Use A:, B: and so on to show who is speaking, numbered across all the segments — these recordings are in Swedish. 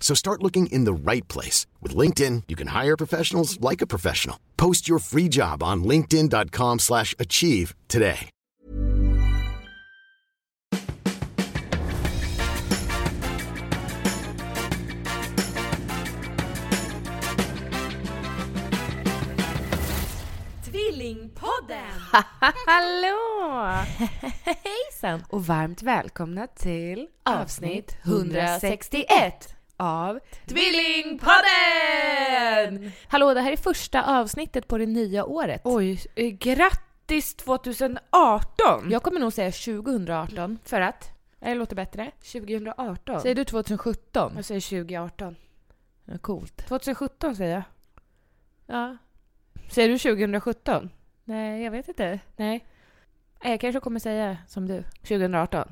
A: So start looking in the right place. With LinkedIn, you can hire professionals like a professional. Post your free job on linkedin.com slash achieve today.
B: Tvillingpodden!
C: Hallå!
B: Hejsan!
C: Och varmt välkomna till avsnitt 161 av Tvillingpodden!
B: Hallå, det här är första avsnittet på det nya året.
C: Oj, eh, grattis 2018!
B: Jag kommer nog säga 2018.
C: För att?
B: Det låter bättre.
C: 2018?
B: Säger du 2017?
C: Jag säger 2018.
B: Ja, Coolt.
C: 2017 säger jag.
B: Ja.
C: Säger du 2017?
B: Nej, jag vet inte.
C: Nej.
B: Nej, Jag kanske kommer säga som du.
C: 2018.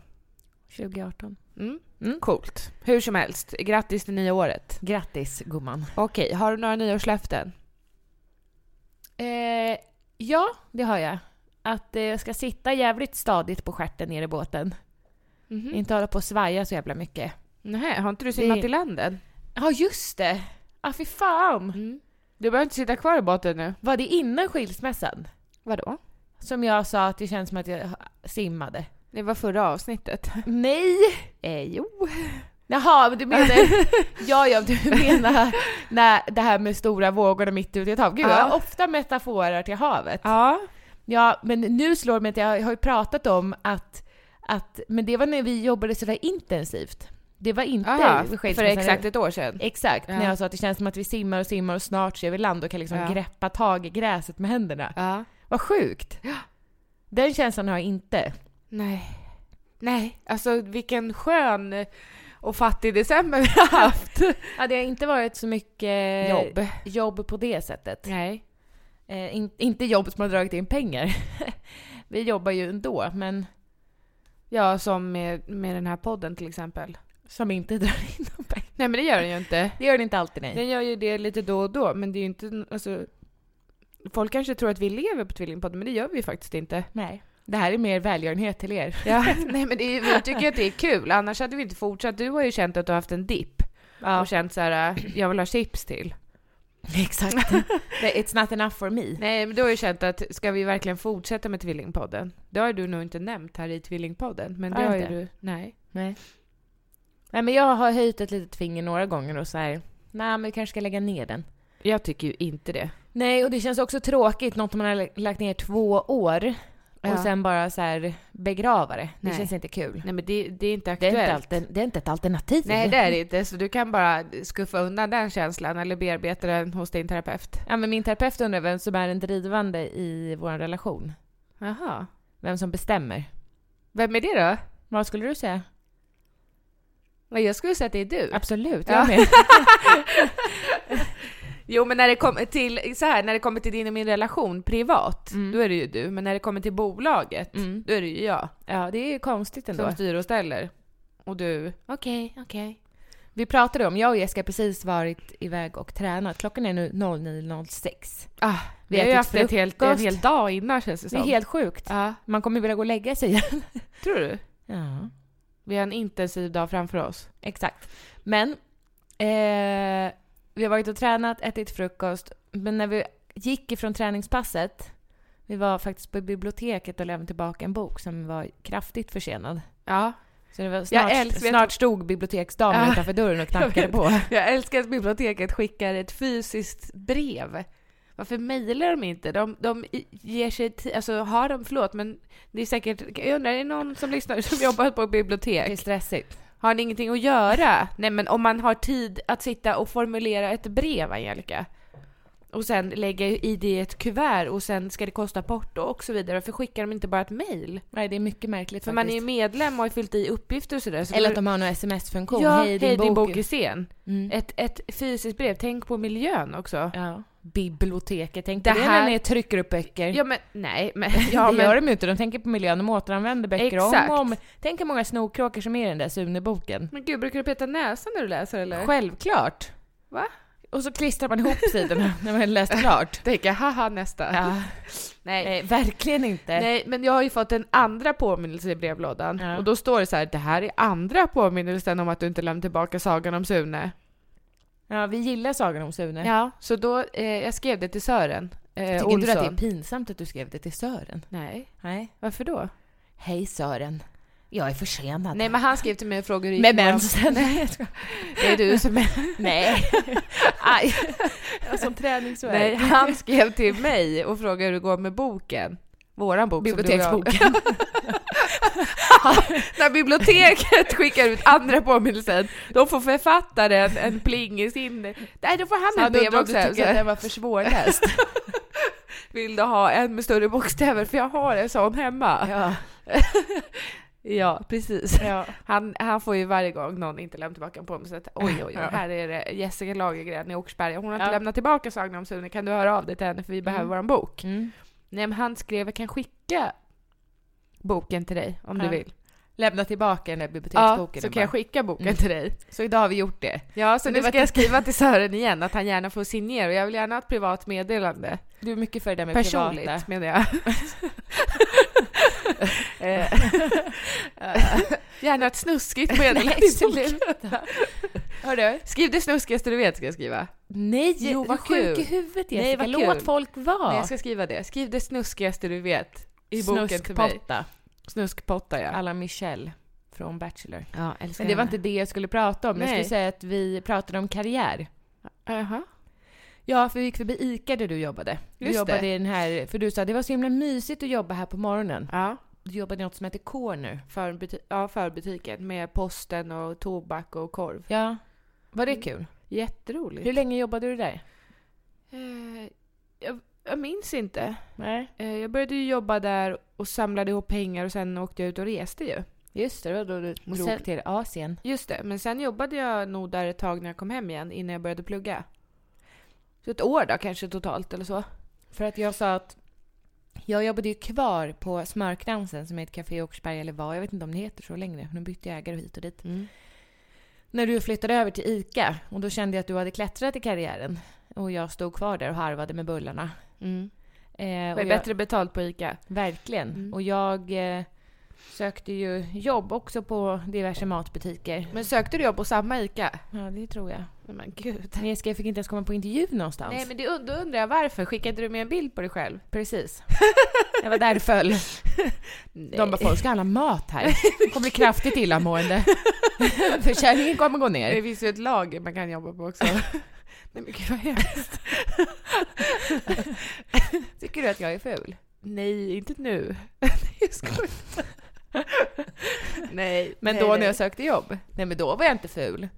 B: 2018.
C: Mm. Mm. Coolt. Hur som helst, grattis till nya året.
B: Grattis, gumman.
C: Okej, har du några nyårslöften?
B: Eh, ja, det har jag. Att eh, jag ska sitta jävligt stadigt på stjärten ner i båten.
C: Mm.
B: Inte hålla på och svaja så jävla mycket.
C: Nej, har inte du simmat
B: Det-
C: i landen?
B: Ja, just det! Ja, fy fan!
C: Mm. Du behöver inte sitta kvar i båten nu.
B: Var det innan skilsmässan?
C: Vadå?
B: Som jag sa att det känns som att jag simmade.
C: Det var förra avsnittet.
B: Nej!
C: Eh, jo.
B: Jaha, men du menar... ja, ja, du menar när det här med stora vågorna mitt ute i ett hav. Gud,
C: Ja.
B: jag har ofta metaforer till havet.
C: Ja.
B: Ja, men nu slår det mig att jag har ju pratat om att, att... Men det var när vi jobbade sådär intensivt. Det var inte
C: Aha,
B: skilsmässan.
C: för exakt ett år sedan.
B: Exakt,
C: Ja.
B: när jag sa att det känns som att vi simmar och simmar och snart så är vi land och kan liksom
C: Ja.
B: greppa tag i gräset med händerna.
C: Ja.
B: Vad sjukt! Den känslan har jag inte.
C: Nej. Nej, alltså vilken skön och fattig december vi har haft.
B: Ja, det har inte varit så mycket jobb på det sättet.
C: Eh, Nej.
B: Eh, in, inte jobb som har dragit in pengar. vi jobbar ju ändå, men
C: Ja, som med, med den här podden till exempel.
B: som inte drar in någon pengar.
C: Nej, men det gör den ju inte.
B: Det gör det inte alltid, nej.
C: Den gör ju det lite då och då, men det är ju inte... Alltså, folk kanske tror att vi lever på Tvillingpodden, men det gör vi ju faktiskt inte.
B: nej. Det här är mer välgörenhet till er.
C: Ja, nej men det är, vi tycker att det är kul, annars hade vi inte fortsatt. Du har ju känt att du har haft en dipp
B: Ja,
C: och känt så här, äh, jag vill ha chips till.
B: exakt. It's not enough for me.
C: Nej, men du har ju känt att ska vi verkligen fortsätta med Tvillingpodden? Det har du nog inte nämnt här i Tvillingpodden, men
B: Har
C: det
B: jag
C: har ju
B: inte?
C: du. Nej.
B: Nej. Nej men jag har höjt ett litet finger några gånger och så här. nej men vi kanske ska lägga ner den.
C: Jag tycker ju inte det.
B: Nej och det känns också tråkigt, något man har lä- lagt ner två år och
C: Ja.
B: sen bara så här begrava det. Det
C: Nej.
B: känns inte kul.
C: Nej, men det, det är inte
B: Det är
C: aktuellt.
B: inte, alltid, det är inte ett alternativ.
C: Nej, det är det inte. Så du kan bara skuffa undan den känslan eller bearbeta den hos din terapeut.
B: Ja men min terapeut undrar vem som är den drivande i vår relation.
C: Jaha.
B: Vem som bestämmer.
C: Vem är det då?
B: Vad skulle du säga?
C: Vad Jag skulle säga att det är du.
B: Absolut,
C: Ja.
B: jag med.
C: Jo men när det kommer till, så här, när det kommer till din och min relation privat,
B: Mm.
C: då är det ju du. Men när det kommer till bolaget,
B: Mm.
C: då är det ju jag
B: Ja, det är ju konstigt ändå.
C: som styr och ställer. Och du...
B: Okej, okej. Vi pratade om, jag och Jessica har precis varit iväg och tränat. Klockan är nu 09.06.
C: Ah, vi,
B: Vi
C: har ju
B: ätit
C: haft ett helt, en
B: frukost.
C: hel dag innan känns det
B: Det
C: som.
B: är helt sjukt.
C: Ja,
B: Man kommer vilja gå och lägga sig igen.
C: tror du?
B: Ja,
C: Vi har en intensiv dag framför oss.
B: exakt. Men eh, vi har varit och tränat, ätit frukost. Men när vi gick ifrån träningspasset, vi var faktiskt på biblioteket och lämnade tillbaka en bok som var kraftigt försenad.
C: Ja.
B: Så det var snart,
C: älskar-
B: snart stod biblioteksdamen
C: Ja.
B: utanför dörren och knackade
C: vet.
B: på.
C: Jag älskar att biblioteket skickar ett fysiskt brev. Varför mejlar de inte? De, de i- ger sig tid, alltså har de, förlåt, men det är säkert, jag undrar, är det någon som lyssnar som jobbar på ett
B: Det är
C: bibliotek?
B: stressigt.
C: Har ni ingenting att göra? Nej men om man har tid att sitta och formulera ett brev, Angelica, och sen lägga i det ett kuvert och sen ska det kosta porto och så vidare. Varför skickar de inte bara ett mejl?
B: Nej, det är mycket märkligt
C: För
B: faktiskt.
C: man är ju medlem och har ju fyllt i uppgifter och sådär. Så
B: Eller att de har någon sms-funktion.
C: Ja,
B: hej, din, bok.
C: i scen.
B: Mm.
C: Ett, ett fysiskt brev. Tänk på miljön också.
B: Ja. Biblioteket, tänk
C: Det
B: på det
C: här-
B: när ni trycker upp böcker.
C: Ja men nej, men,
B: Ja,
C: ja,
B: det gör
C: men,
B: de ju inte. De tänker på miljön. De återanvänder böcker
C: Exakt.
B: om och om. Tänk hur många snorkråkor som är i den där Sune-boken.
C: men gud, brukar du peta näsan när du läser eller?
B: Självklart!
C: Va?
B: Och så klistrar man ihop sidorna när man läst klart.
C: Tänka haha nästa.
B: Ja.
C: Nej. nej.
B: Nej, verkligen inte.
C: men jag har ju fått en andra påminnelse i brevlådan.
B: Ja.
C: Och då står det så här, det här är andra påminnelsen om att du inte lämnar tillbaka sagan om Sune.
B: Ja, vi gillar Sagan om Sune.
C: Ja. Så då, eh, jag skrev det till Sören eh,
B: Tycker
C: Olsson.
B: inte du att det är pinsamt att du skrev det till Sören?
C: Nej,
B: Nej.
C: varför då?
B: Hej Sören. Jag är försenad.
C: Nej men han skrev till mig och frågade hur det gick
B: med
C: med
B: mensen. Nej, jag skojar.
C: dem. Det är du som är
B: Nej. Aj. Jag har sån träningsvärk.
C: Nej, han skrev till mig och frågade hur det går med boken. Våran bok som
B: Biblioteksboken.
C: du och jag. När biblioteket skickar ut andra påminnelsen, då får författaren en pling i sin... Nej, då får han en
B: Han
C: brev
B: undrade om du
C: också.
B: tycker att den var för svårläst.
C: Vill du ha en med större bokstäver? För jag har en sån hemma. Ja,
B: ja.
C: precis.
B: ja.
C: Han, han får ju varje gång någon inte lämnar tillbaka en påminnelse att oj, oj, oj,
B: Ja.
C: här är det Jessica Lagergren i Åkersberga. Hon har inte
B: Ja.
C: lämnat tillbaka Sagan om Sune. Kan du höra av dig till henne? För vi behöver
B: Mm.
C: våran bok.
B: Mm.
C: Nej men han skrev jag kan skicka boken till dig om
B: Ja.
C: du vill.
B: Lämna tillbaka den där biblioteksboken.
C: så
B: och
C: kan jag
B: bara-
C: skicka boken
B: Mm.
C: till dig.
B: så idag har vi gjort det.
C: Ja, så
B: Men
C: nu
B: det var
C: ska jag skriva till Sören igen att han gärna får signera och jag vill gärna ha ett privat meddelande.
B: Du är mycket för det där med
C: Personligt
B: privata.
C: menar jag. Eh, gärna ett snuskigt meddelande.
B: Nej, sluta. Hörru.
C: Skriv det snuskigaste du vet ska jag skriva.
B: Nej,
C: Jo,
B: du
C: vad
B: är sjuk
C: kul.
B: i huvudet
C: Nej,
B: Jessica.
C: vad
B: Låt
C: kul.
B: folk vara.
C: Nej, jag ska skriva det. Skriv det snuskigaste du vet i boken till mig.
B: Snuskpotta.
C: Snuskpotta ja.
B: Alla Michelle från Bachelor.
C: ja älskar
B: Men det var
C: henne.
B: inte det jag skulle prata om. Jag
C: Nej.
B: skulle säga att vi pratade om karriär.
C: Jaha.
B: Ja, för vi gick förbi ICA där du jobbade. Du
C: Just
B: jobbade
C: det.
B: i den här, för du sa det var så himla mysigt att jobba här på morgonen.
C: Ja.
B: Du jobbade i något som heter Corner.
C: Förbuti- ja, förbutiken med posten och tobak och korv.
B: Ja. Var det
C: Mm.
B: kul?
C: Jätteroligt.
B: Hur länge jobbade du där?
C: Eh, jag, jag minns inte.
B: Nej.
C: Eh, jag började ju jobba där och samlade ihop pengar och sen åkte jag ut och reste ju.
B: Just det, det var då du drog
C: sen-
B: till Asien.
C: Just det, men sen jobbade jag nog där ett tag när jag kom hem igen innan jag började plugga. Så ett år då kanske totalt eller så.
B: För att jag sa att jag jobbade ju kvar på Smörkransen som är ett café i Åkersberga, eller var, jag vet inte om det heter så längre. Nu bytte jag ägare hit och dit.
C: Mm,
B: När du flyttade över till ICA och då kände jag att du hade klättrat i karriären. Och jag stod kvar där och harvade med bullarna.
C: Mm.
B: Eh,
C: Det
B: och
C: var
B: jag-
C: bättre betalt på ICA.
B: Verkligen.
C: Mm.
B: Och jag eh, sökte ju jobb också på diverse matbutiker.
C: Men sökte du jobb på samma ICA?
B: Ja, det tror jag.
C: Nej, Men gud.
B: Jessica, jag fick inte ens komma på intervju någonstans.
C: Nej men det und- då undrar jag varför. Skickade du med en bild på dig själv?
B: Precis. Jag var där och föll. De bara, folk ska handla mat här. Det kommer bli kraftigt illamående. Försäljningen kommer gå
C: Det
B: ner.
C: finns ju ett lager man kan jobba på också. Nej men gud vad hemskt.
B: Tycker du att jag är ful?
C: Nej, inte nu. Jag skojar. nej.
B: Men
C: nej,
B: då
C: nej.
B: när jag sökte jobb? Nej, men då var jag inte ful.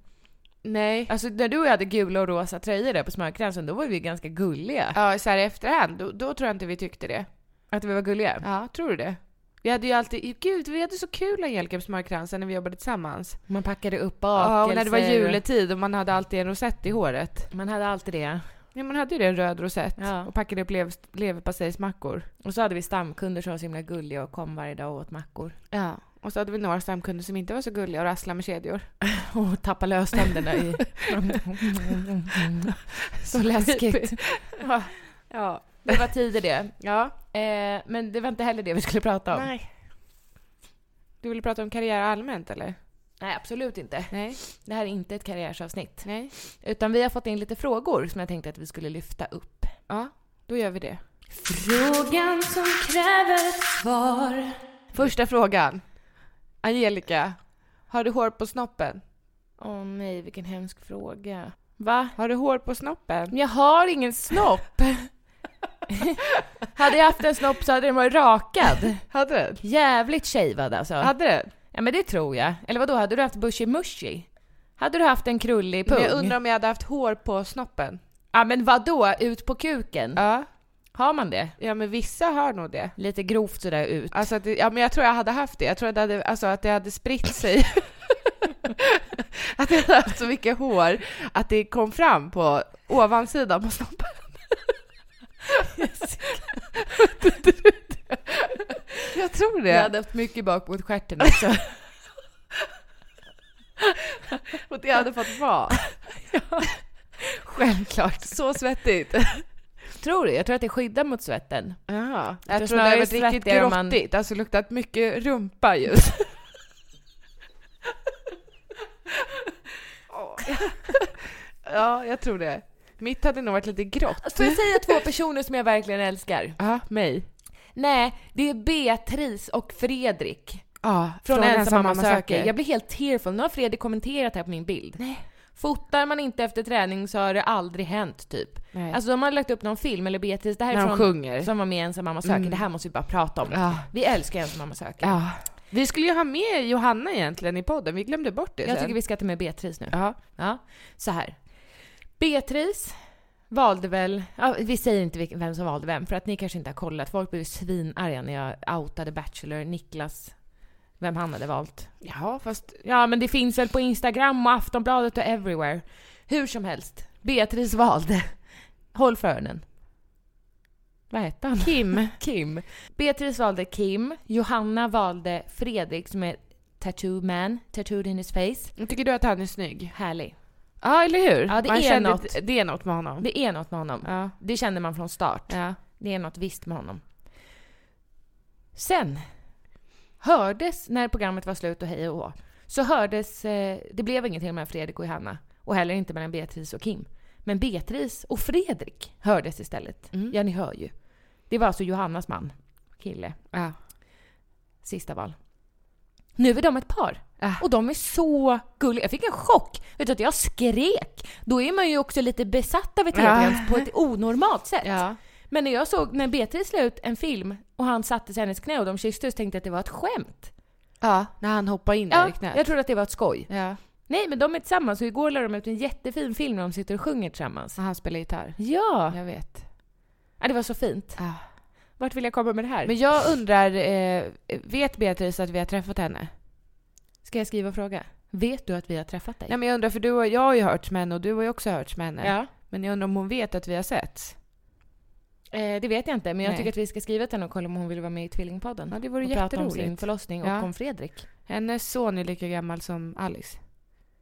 C: Nej.
B: Alltså när du och jag hade gula och rosa tröjor där på smörkransen, då var vi ganska gulliga.
C: Ja, så här i efterhand, då, då tror jag inte vi tyckte det.
B: Att vi var gulliga.
C: Ja, tror du det? Vi hade ju alltid, gud vi hade så kul Angelica på Smörkransen när vi jobbade tillsammans.
B: Man packade upp bakelser.
C: Ja, och när det var juletid och man hade alltid en rosett i håret.
B: Man hade alltid det.
C: Ja, man hade ju det, en röd rosett.
B: Ja.
C: Och packade upp lev, leverpastejsmackor.
B: Och så hade vi stamkunder som var så himla gulliga och kom varje dag och åt mackor.
C: Ja. Och så hade vi några stamkunder som inte var så gulliga och rasslade med kedjor.
B: Och tappade lös tänderna i... så läskigt.
C: Ja. ja.
B: Det var tider det.
C: ja.
B: Eh, men det var inte heller det vi skulle prata om.
C: Nej. Du ville prata om karriär allmänt eller?
B: Nej, absolut inte.
C: Nej.
B: Det här är inte ett karriärsavsnitt.
C: Nej.
B: Utan vi har fått in lite frågor som jag tänkte att vi skulle lyfta upp.
C: Ja, då gör vi det.
B: Frågan som kräver ett svar.
C: Första frågan. Angelica, har du hår på snoppen?
B: Åh nej, vilken hemsk fråga. Va?
C: Har du hår på snoppen?
B: Jag har ingen snopp. Hade jag haft en snopp så hade den varit rakad.
C: Hade den?
B: Jävligt shavead alltså.
C: Hade den?
B: Ja men det tror jag. Eller vad då hade du haft bushy mushy? Hade du haft en krullig pung?
C: Men jag undrar om jag hade haft hår på snoppen.
B: Ja men vad då ut på kuken?
C: Ja.
B: Har man det?
C: Ja men vissa har nog det.
B: Lite grovt sådär ut.
C: Alltså att det, ja men jag tror jag hade haft det. Jag tror att det hade, alltså att det hade spritt sig. att jag hade haft så mycket hår att det kom fram på ovansidan på snoppen. jag tror det.
B: Jag hade haft mycket bak mot stjärten också.
C: Och det hade fått vara.
B: Självklart.
C: Så svettigt.
B: Tror du? Jag tror att det skyddar mot svetten.
C: Jaha.
B: Jag
C: Jag,
B: tror
C: tror det hade varit
B: snarare
C: riktigt
B: svettigare om man-
C: grottigt. Alltså luktat mycket rumpa just. ja, jag tror det. Mitt hade nog varit lite grått.
B: Får jag säga två personer som jag verkligen älskar?
C: Ja, mig.
B: Nej, det är Beatrice och Fredrik.
C: Ja,
B: Från, Ensam mamma söker. Jag blir helt tearful. Nu har Fredrik kommenterat här på min bild.
C: Nej.
B: Fotar man inte efter träning så har det aldrig hänt typ.
C: Nej.
B: Alltså de har lagt upp någon film, eller Beatrice, det här
C: När
B: är
C: de
B: från
C: sjunger. Mm.
B: som var med i Ensam mamma söker. Det här måste vi bara prata om.
C: Ja.
B: Vi älskar Ensam mamma söker.
C: ja. Vi skulle ju ha med Johanna egentligen i podden. Vi glömde bort det
B: Jag
C: sen.
B: tycker vi ska ta med Beatrice nu.
C: Ja.
B: Ja, så här. Beatrice valde väl, ja, vi säger inte vilken- vem som valde vem för att ni kanske inte har kollat. Folk blev ju svinarga när jag outade Bachelor, Niklas, vem han hade valt.
C: ja, fast
B: Ja men det finns väl på Instagram och Aftonbladet och everywhere. Hur som helst, Beatrice valde. Håll för öronen. Vad hette han?
C: Kim.
B: Kim. Beatrice valde Kim, Johanna valde Fredrik som är tattoo man, tattooed in his face.
C: Tycker du att han är snygg?
B: Härlig.
C: Ja, eller hur?
B: Ja, det är
C: kände-
B: något.
C: Det är något med honom.
B: Det är något med honom.
C: Mm. Ja.
B: Det kände man från start.
C: Ja.
B: Det är något visst med honom. Sen hördes, när programmet var slut och hej och hå, så hördes, eh, det blev ingenting mellan Fredrik och Johanna och heller inte mellan Beatrice och Kim. Men Beatrice och Fredrik hördes istället.
C: Mm.
B: Ja, ni hör ju. Det var alltså Johannas man, kille,
C: ja.
B: sista val. Nu är de ett par.
C: Ah.
B: Och de är så gulliga. Jag fick en chock. Vet du att jag skrek? Då är man ju också lite besatt av ett
C: Ja.
B: tv på ett onormalt sätt. Men när jag såg, när Beatrice la ut en film och han satte sig i hennes knä och de kysstes tänkte jag att det var ett skämt.
C: Ja, när han hoppar in där
B: Ja,
C: i knät.
B: jag trodde att det var ett skoj.
C: Ja,
B: Nej men de är tillsammans och igår la de ut en jättefin film när de sitter och sjunger tillsammans.
C: när han spelar gitarr.
B: Ja!
C: Jag vet.
B: ja det var så fint.
C: Ja.
B: Vart vill jag komma med det här?
C: Men jag undrar, eh, vet Beatrice att vi har träffat henne?
B: Ska jag skriva och fråga? Vet du att vi har träffat dig?
C: Nej men jag undrar, för du och jag har ju hörts med henne och du har ju också hörts med henne.
B: Ja.
C: Men jag undrar om hon vet att vi har setts?
B: Eh, det vet jag inte men jag
C: Nej.
B: tycker att vi ska skriva till henne och kolla om hon vill vara med i Tvillingpodden.
C: Ja, det vore
B: och prata om
C: jätteroligt.
B: sin förlossning och
C: Ja.
B: om Fredrik.
C: Hennes son är lika gammal som Alice.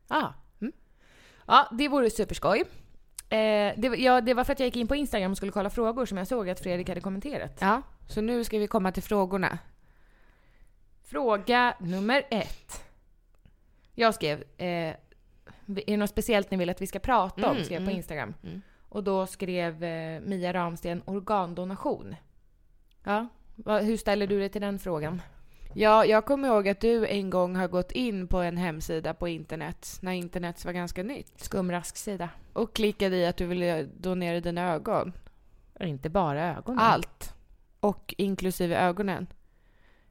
B: Ja. Mm. Ja, det vore superskoj. Eh, det, var- ja, det var för att jag gick in på Instagram och skulle kolla frågor som jag såg att Fredrik hade kommenterat.
C: Ja. Så nu ska vi komma till frågorna.
B: Fråga nummer ett. Jag skrev, eh, är det något speciellt ni vill att vi ska prata om?
C: Mm,
B: skrev på
C: mm.
B: Instagram.
C: Mm.
B: Och då skrev eh, Mia Ramsten organdonation. Ja, vad- hur ställer du dig till den frågan?
C: Ja, jag kommer ihåg att du en gång har gått in på en hemsida på internet, när internet var ganska nytt,
B: Skumrask sida.
C: och klickade i att du ville donera dina ögon.
B: Inte bara ögonen.
C: Allt. Och inklusive ögonen.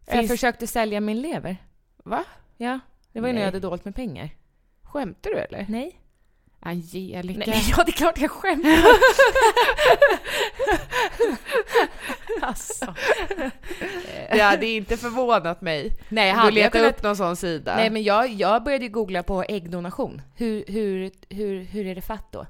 B: Jag
C: Finns-
B: försökte sälja min lever.
C: Va?
B: Ja, det var ju när
C: Nej.
B: jag hade dolt med pengar.
C: Skämtar du eller? Ah,
B: Nej.
C: Angelica.
B: Nej. Ja, det är klart jag skämtar. alltså.
C: Det hade inte förvånat mig.
B: Nej,
C: Du
B: hade jag
C: letade
B: kunnat
C: upp någon sån sida.
B: Nej men jag, jag började ju googla på äggdonation. Hur, hur, hur, hur är det fatt då?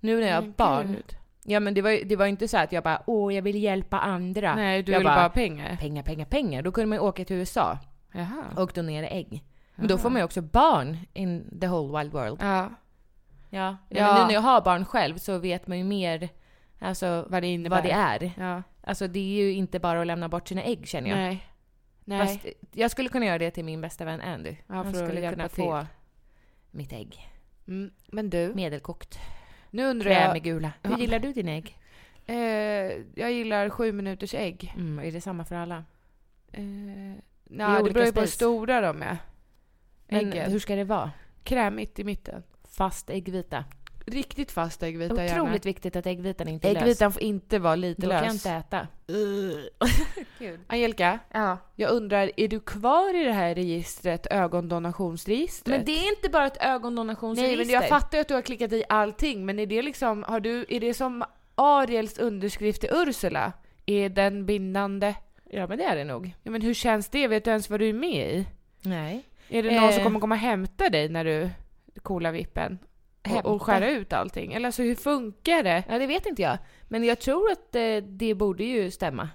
B: Nu när jag har
C: Men
B: barn.
C: gud.
B: Ja men det var, ju- det var ju inte så att jag bara åh jag vill hjälpa andra.
C: Nej, du
B: Jag
C: ville
B: bara-
C: bara ha pengar.
B: Pengar, pengar, pengar. Då kunde man ju åka till USA
C: Jaha.
B: och donera ägg. Men då får man ju också barn in the whole wild world.
C: Ja,
B: Ja.
C: Ja.
B: Men nu när jag har barn själv så vet man ju mer alltså,
C: vad det innebär.
B: vad det är.
C: Ja.
B: Alltså det är ju inte bara att lämna bort sina ägg känner jag.
C: Nej. Nej.
B: Fast jag skulle kunna göra det till min bästa vän Andy.
C: Ja,
B: Han
C: för att
B: skulle
C: hjälpa
B: kunna få mitt ägg.
C: Mm. Men du,
B: Medelkokt.
C: nu undrar jag.
B: Krämigula. Hur
C: Ja.
B: gillar du dina ägg?
C: Eh, jag gillar sju minuters ägg.
B: Mm, är det samma för alla?
C: Eh,
B: är
C: nej, det
B: olika
C: beror ju på hur
B: space.
C: stora de är.
B: Men
C: Äggen.
B: hur ska det vara?
C: Krämigt i mitten.
B: Fast äggvita?
C: Riktigt fast äggvita
B: Otroligt
C: gärna.
B: viktigt att äggvitan inte är lös.
C: Äggvitan får inte vara lite
B: Då
C: lös.
B: kan jag inte äta.
C: Ugh. Angelica, jag undrar, är du kvar i det här registret, ögondonationsregistret?
B: Men det är inte bara ett ögondonationsregister.
C: Nej, men jag fattar ju att du har klickat i allting, men är det liksom, har du, är det som Ariels underskrift till Ursula? Är den bindande?
B: Ja, men det är det nog.
C: Ja, men hur känns det? Vet du ens vad du är med i?
B: Nej.
C: Är det någon
B: Eh.
C: som kommer komma och hämta dig när du kolar vippen? Och, och
B: Hämta?
C: skära ut allting? Eller alltså, hur funkar det?
B: Ja, det vet inte jag. Men jag tror att eh, det borde ju stämma.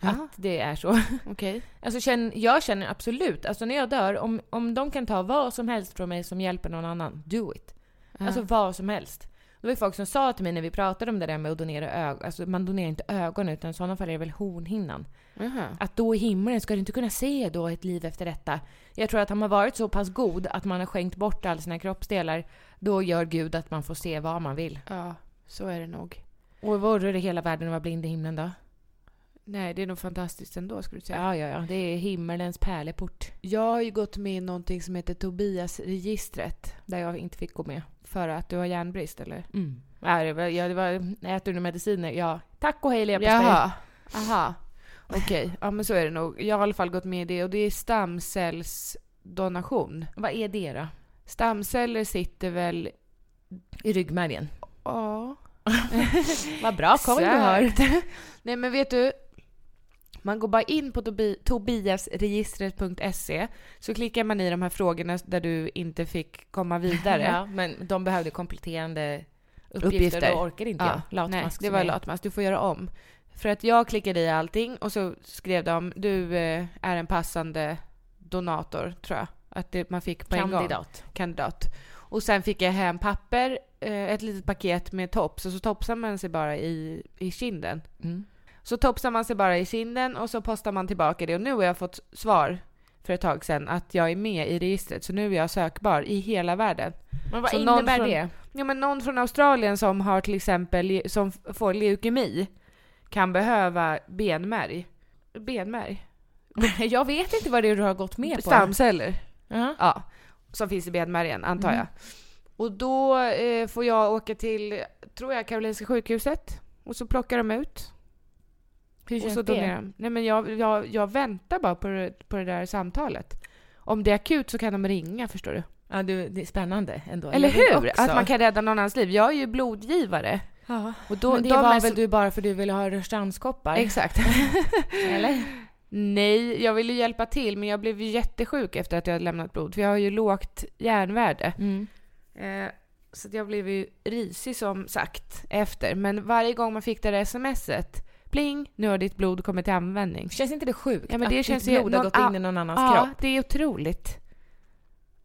C: Ja,
B: Att det är så.
C: okej.
B: Alltså känn, jag känner absolut, alltså när jag dör, om, om de kan ta vad som helst från mig som hjälper någon annan, do it. Alltså
C: Alltså,
B: vad som helst. Det var ju folk som sa till mig när vi pratade om det där med att donera ögon, alltså man donerar inte ögon utan i sådana fall är det väl hornhinnan. Att då i himlen ska du inte kunna se då ett liv efter detta. Jag tror att har man varit så pass god att man har skänkt bort alla sina kroppsdelar, då gör Gud att man får se vad man vill.
C: Ja, så är det nog.
B: Och vore det hela världen att vara blind i himlen då?
C: Nej, det är nog fantastiskt ändå skulle du säga.
B: Ja, ja, ja. Det är himmelens pärleport.
C: Jag har ju gått med i någonting som heter Tobias-registret.
B: Där jag inte fick gå med.
C: För att du har järnbrist eller?
B: Mm. Ja, det var, ja, det var, äter du mediciner? Ja. Tack och hej leverpastej.
C: Jaha. Aha. Okej, ja men så är det nog. Jag har i alla fall gått med i det och det är stamcellsdonation.
B: Vad är det då?
C: Stamceller sitter väl...
B: I ryggmärgen.
C: Ja.
B: Vad bra koll du har.
C: exakt. Nej men vet du? Man går bara in på tobi- tobiasregistret.se så klickar man i de här frågorna där du inte fick komma vidare.
B: Ja, men de behövde kompletterande uppgifter.
C: Uppgifter.
B: Då orkar inte
C: Ja,
B: jag. Latmask
C: Nej, det
B: som
C: var
B: jag är.
C: latmask. Du får göra om. För att jag klickade i allting och så skrev de du eh, är en passande donator, tror jag. Att det, man fick på en gång.
B: Kandidat.
C: Kandidat. Och sen fick jag hem papper, eh, ett litet paket med tops och så topsar man sig bara i, i kinden.
B: Mm.
C: Så topsar man sig bara i kinden och så postar man tillbaka det. Och nu har jag fått svar för ett tag sedan att jag är med i registret. Så nu är jag sökbar i hela världen.
B: Men vad
C: Så någon
B: innebär
C: från-
B: det?
C: Ja, men någon från Australien som har till exempel, le- som f- får leukemi kan behöva benmärg. Benmärg?
B: jag vet inte vad det är du har gått med på.
C: Stamceller.
B: Ja.
C: Ja. Som finns i benmärgen, antar
B: Mm.
C: jag. Och då eh, får jag åka till, tror jag, Karolinska sjukhuset. Och så plockar de ut.
B: Hur
C: och
B: känns
C: så donerar
B: det?
C: de. Nej men jag, jag, jag väntar bara på det, på det där samtalet. Om det är akut så kan de ringa, förstår du.
B: Ja, du, det är spännande ändå.
C: Eller
B: Jag vill
C: hur?
B: också.
C: Att man kan rädda någon annans liv. Jag är ju blodgivare.
B: Ja.
C: Och då,
B: men det
C: de
B: var
C: är
B: väl
C: så-
B: du bara för du ville ha rörstrandskoppar?
C: Exakt.
B: Eller?
C: Nej, jag ville ju hjälpa till men jag blev ju jättesjuk efter att jag hade lämnat blod för jag har ju lågt järnvärde.
B: Mm.
C: Eh, så att jag blev ju risig som sagt efter. Men varje gång man fick det där smset, pling, nu har ditt blod kommit till användning.
B: Känns inte det sjukt?
C: Ja, men
B: att
C: det
B: ditt
C: känns ju-
B: blod har
C: någon-
B: gått in i någon annans
C: Ja,
B: kropp.
C: det är otroligt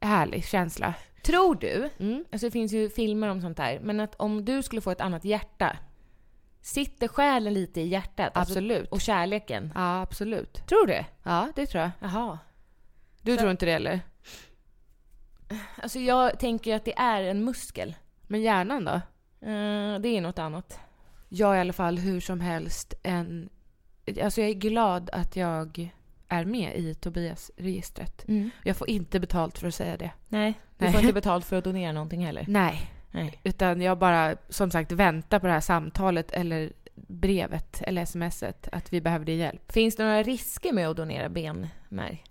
C: härlig känsla.
B: Tror du,
C: Mm.
B: alltså det finns ju filmer om sånt där, men att om du skulle få ett annat hjärta, sitter själen lite i hjärtat? Alltså,
C: Absolut.
B: och kärleken?
C: Ja, absolut.
B: Tror du?
C: Ja, det tror jag.
B: Jaha.
C: Du
B: Så-
C: tror inte det eller?
B: Alltså jag tänker ju att det är en muskel.
C: Men hjärnan då?
B: Eh, det är något annat.
C: Jag är i alla fall hur som helst en... Alltså jag är glad att jag är med i Tobias-registret. Jag får inte betalt för att säga det.
B: Mm. Nej, Mm. du
C: Nej.
B: får inte betalt för att donera någonting heller.
C: Nej.
B: Nej.
C: Utan jag bara, som sagt, väntar på det här samtalet eller brevet eller smset att vi behövde hjälp.
B: Finns det några risker med att donera benmärg?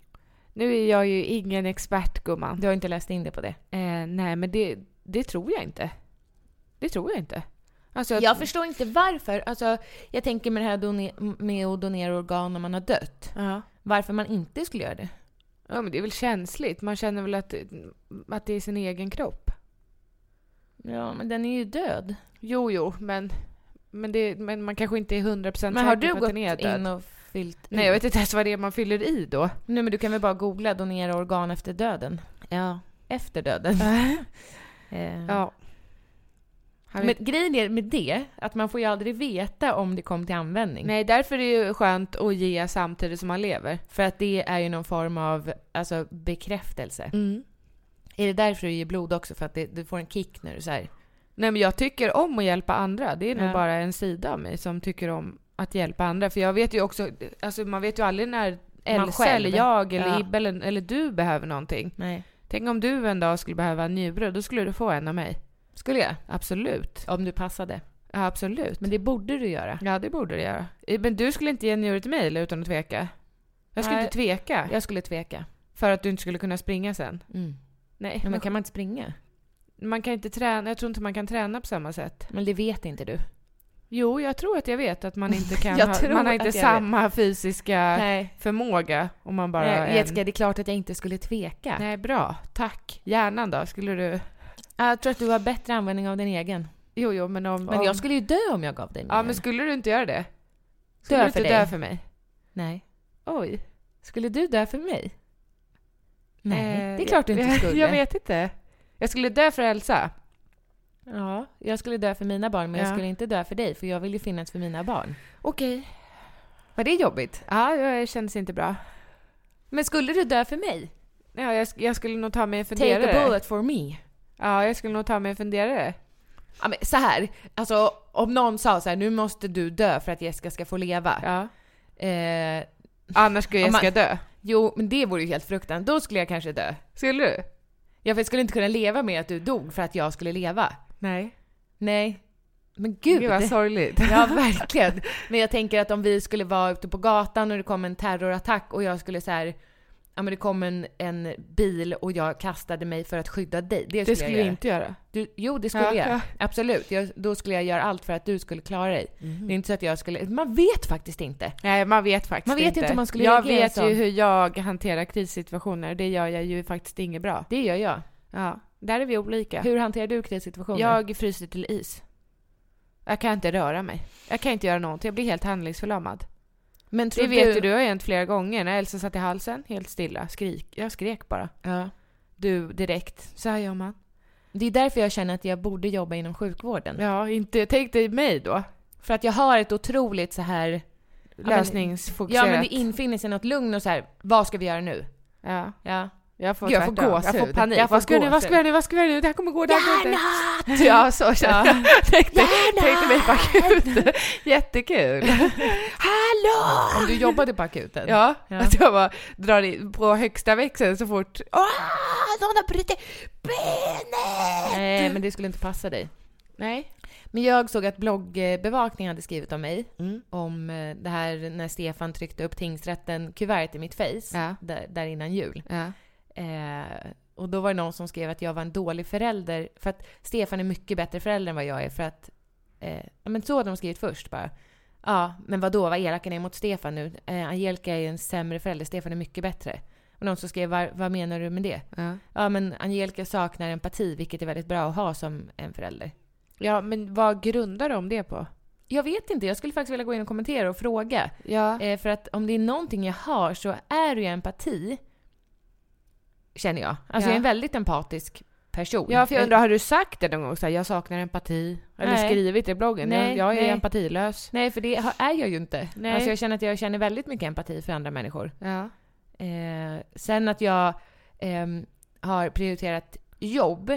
C: Nu är jag ju ingen expert, gumman.
B: Du har inte läst in dig på det?
C: Eh, nej, men det, det tror jag inte. Det tror jag inte. Alltså,
B: Jag förstår inte varför. Alltså, jag tänker med det här done- med att donera organ när man har dött.
C: Ja.
B: Varför man inte skulle göra det.
C: ja, men det är väl känsligt. Man känner väl att, att det är sin egen kropp.
B: Ja, men den är ju död.
C: Jo, jo, men, men, det, men man kanske inte är 100% säker
B: Men har du
C: på att
B: gått
C: den är död.
B: in och fyllt
C: Nej,
B: i?
C: jag vet inte ens vad det är man fyller i då.
B: Nej, men du kan väl bara googla donera organ efter döden?
C: Ja.
B: Efter döden. Eh,
C: ja. Har vi-
B: Men grejen är med det, att man får ju aldrig veta om det kom till användning.
C: Nej, därför är det ju skönt att ge samtidigt som man lever.
B: För att det är ju någon form av alltså, bekräftelse.
C: Mm.
B: Är det därför du ger blod också? För att det, du får en kick när du så här.
C: Nej, men jag tycker om att hjälpa andra. Det är nog
B: Ja.
C: bara en sida av mig som tycker om att hjälpa andra. För jag vet ju också, alltså man vet ju aldrig när Elsa
B: själv.
C: eller jag eller
B: Ja.
C: Ibbe eller, eller du behöver någonting.
B: Nej.
C: Tänk om du en dag skulle behöva en njure, då skulle du få en av mig.
B: Skulle jag?
C: Absolut.
B: Om du passade.
C: Ja, absolut.
B: Men det borde du göra.
C: Ja, det borde du göra. Eh, Men du skulle inte ge njure till mig utan att tveka? Jag skulle
B: Nej.
C: inte tveka.
B: Jag skulle tveka.
C: För att du inte skulle kunna springa sen.
B: Mm.
C: Nej,
B: Men
C: man,
B: kan man inte springa?
C: man kan inte träna. Jag tror inte man kan träna på samma sätt.
B: Men det vet inte du.
C: Jo, jag tror att jag vet att man inte kan
B: Jag
C: ha,
B: tror
C: man har
B: att
C: inte
B: jag
C: samma fysiska
B: Nej.
C: förmåga om man bara har
B: Nej,
C: en.
B: Jessica, det är klart att jag inte skulle tveka.
C: Nej, bra. Tack. Hjärnan då? Skulle du...
B: Jag tror att du har bättre användning av din egen.
C: Jo, jo, men om...
B: Men
C: om...
B: jag skulle ju dö om jag gav dig min.
C: Ja, men skulle du inte göra det? Skulle
B: Dö
C: du inte
B: för dig.
C: dö för mig?
B: Nej.
C: Oj.
B: Skulle du dö för mig? Nej,
C: Eh,
B: det är klart du inte
C: jag-
B: skulle.
C: Jag vet inte. Jag skulle dö för Elsa.
B: Ja, jag skulle dö för mina barn, men jag
C: Ja.
B: skulle inte dö för dig, för jag vill ju finnas för mina barn.
C: Okej.
B: Var det jobbigt?
C: Ja, det kändes inte bra.
B: Men skulle du dö för mig?
C: Ja, jag, sk- jag skulle nog ta mig en
B: Take a
C: funderare.
B: bullet for me.
C: Ja, jag skulle nog ta mig en funderare.
B: Ja, men så här, alltså om någon sa så här, nu måste du dö för att Jessica ska få leva.
C: Ja.
B: Eh,
C: Annars skulle
B: Om
C: jag
B: man-
C: ska dö.
B: jo, men det vore ju helt fruktansvärt. Då skulle jag kanske dö.
C: Skulle du?
B: Ja, för jag skulle inte kunna leva med att du dog för att jag skulle leva.
C: Nej.
B: Nej. Men gud.
C: Gud, vad sorgligt.
B: Ja, verkligen. Men jag tänker att om vi skulle vara ute på gatan och det kom en terrorattack och jag skulle så här, ja men det kom en, en bil och jag kastade mig för att skydda dig. Det skulle,
C: Det skulle
B: jag
C: jag
B: göra.
C: inte göra.
B: Du, jo, det skulle
C: Ja,
B: jag.
C: ja.
B: Absolut. Jag, då skulle jag göra allt för att du skulle klara dig.
C: Mhm.
B: Det är inte så att jag skulle... Man vet faktiskt inte.
C: Nej, man vet faktiskt
B: Man vet
C: inte
B: inte om man skulle
C: Jag
B: reagera
C: vet
B: så.
C: ju hur jag hanterar krissituationer. Det gör jag ju faktiskt inget bra.
B: Det gör jag.
C: Ja, där är vi olika.
B: Hur hanterar du krissituationer?
C: Jag fryser till is. Jag kan inte röra mig. Jag kan inte göra någonting. Jag blir helt handlingsförlamad.
B: men
C: Det vet ju du har hänt flera gånger. När Elsa satt i halsen, helt stilla. Skrik. Jag skrek bara.
B: Ja.
C: Du direkt. Så här gör man.
B: Det är därför jag känner att jag borde jobba inom sjukvården.
C: Ja, inte. Tänk dig mig då.
B: För att jag har ett otroligt så här... men-
C: Lösningsfokuserat.
B: Ja, men det infinner sig något lugn och så här, vad ska vi göra nu?
C: Ja.
B: Ja.
C: Jag får,
B: Gud, jag får
C: tvärtom.
B: gåshud.
C: Jag får panik.
B: Jag får
C: vad ska jag nu, vad
B: gåshud.
C: ska jag göra nu, vad ska jag göra nu? Det här kommer gå, det här kommer inte.
B: Hjärnat!
C: Ja, så känner jag. Tänkte, tänkte mig på akuten. Jättekul.
B: Hallå! Om du jobbade på akuten?
C: Ja,
B: Ja.
C: att jag bara drar in på högsta växeln så fort. Åh!
B: någon har brutit benet! Nej, men det skulle inte passa dig.
C: Nej.
B: Men jag såg att bloggbevakningen hade skrivit om mig. Om eh, det här när Stefan tryckte upp tingsrätten kuvertet i mitt face.
C: Ja.
B: Där, där innan jul.
C: Ja.
B: Eh, och då var det någon som skrev att jag var en dålig förälder. För att Stefan är mycket bättre förälder än vad jag är. För att, eh, ja, men så hade de skrivit först bara. Ja, men vad då vad elaka ni är mot Stefan nu. Eh, Angelica är en sämre förälder, Stefan är mycket bättre. Och någon som skrev, "Vad- vad menar du med det?
C: Ja.
B: Ja, men Angelica saknar empati, vilket är väldigt bra att ha som en förälder.
C: ja, men vad grundar de det på?
B: Jag vet inte, jag skulle faktiskt vilja gå in och kommentera och fråga.
C: Ja.
B: Eh, för att om det är någonting jag har så är det ju empati. Känner jag. Alltså
C: Ja.
B: jag är en väldigt empatisk person.
C: Ja, för jag
B: Men-
C: undrar, har du sagt det någon gång? Så här, jag saknar empati. Eller
B: Nej.
C: skrivit det i bloggen?
B: Nej,
C: jag jag är
B: nej.
C: empatilös.
B: Nej, för det har- är jag ju inte.
C: Nej.
B: Alltså jag känner att jag känner väldigt mycket empati för andra människor.
C: Ja.
B: Eh, sen att jag ehm, har prioriterat jobb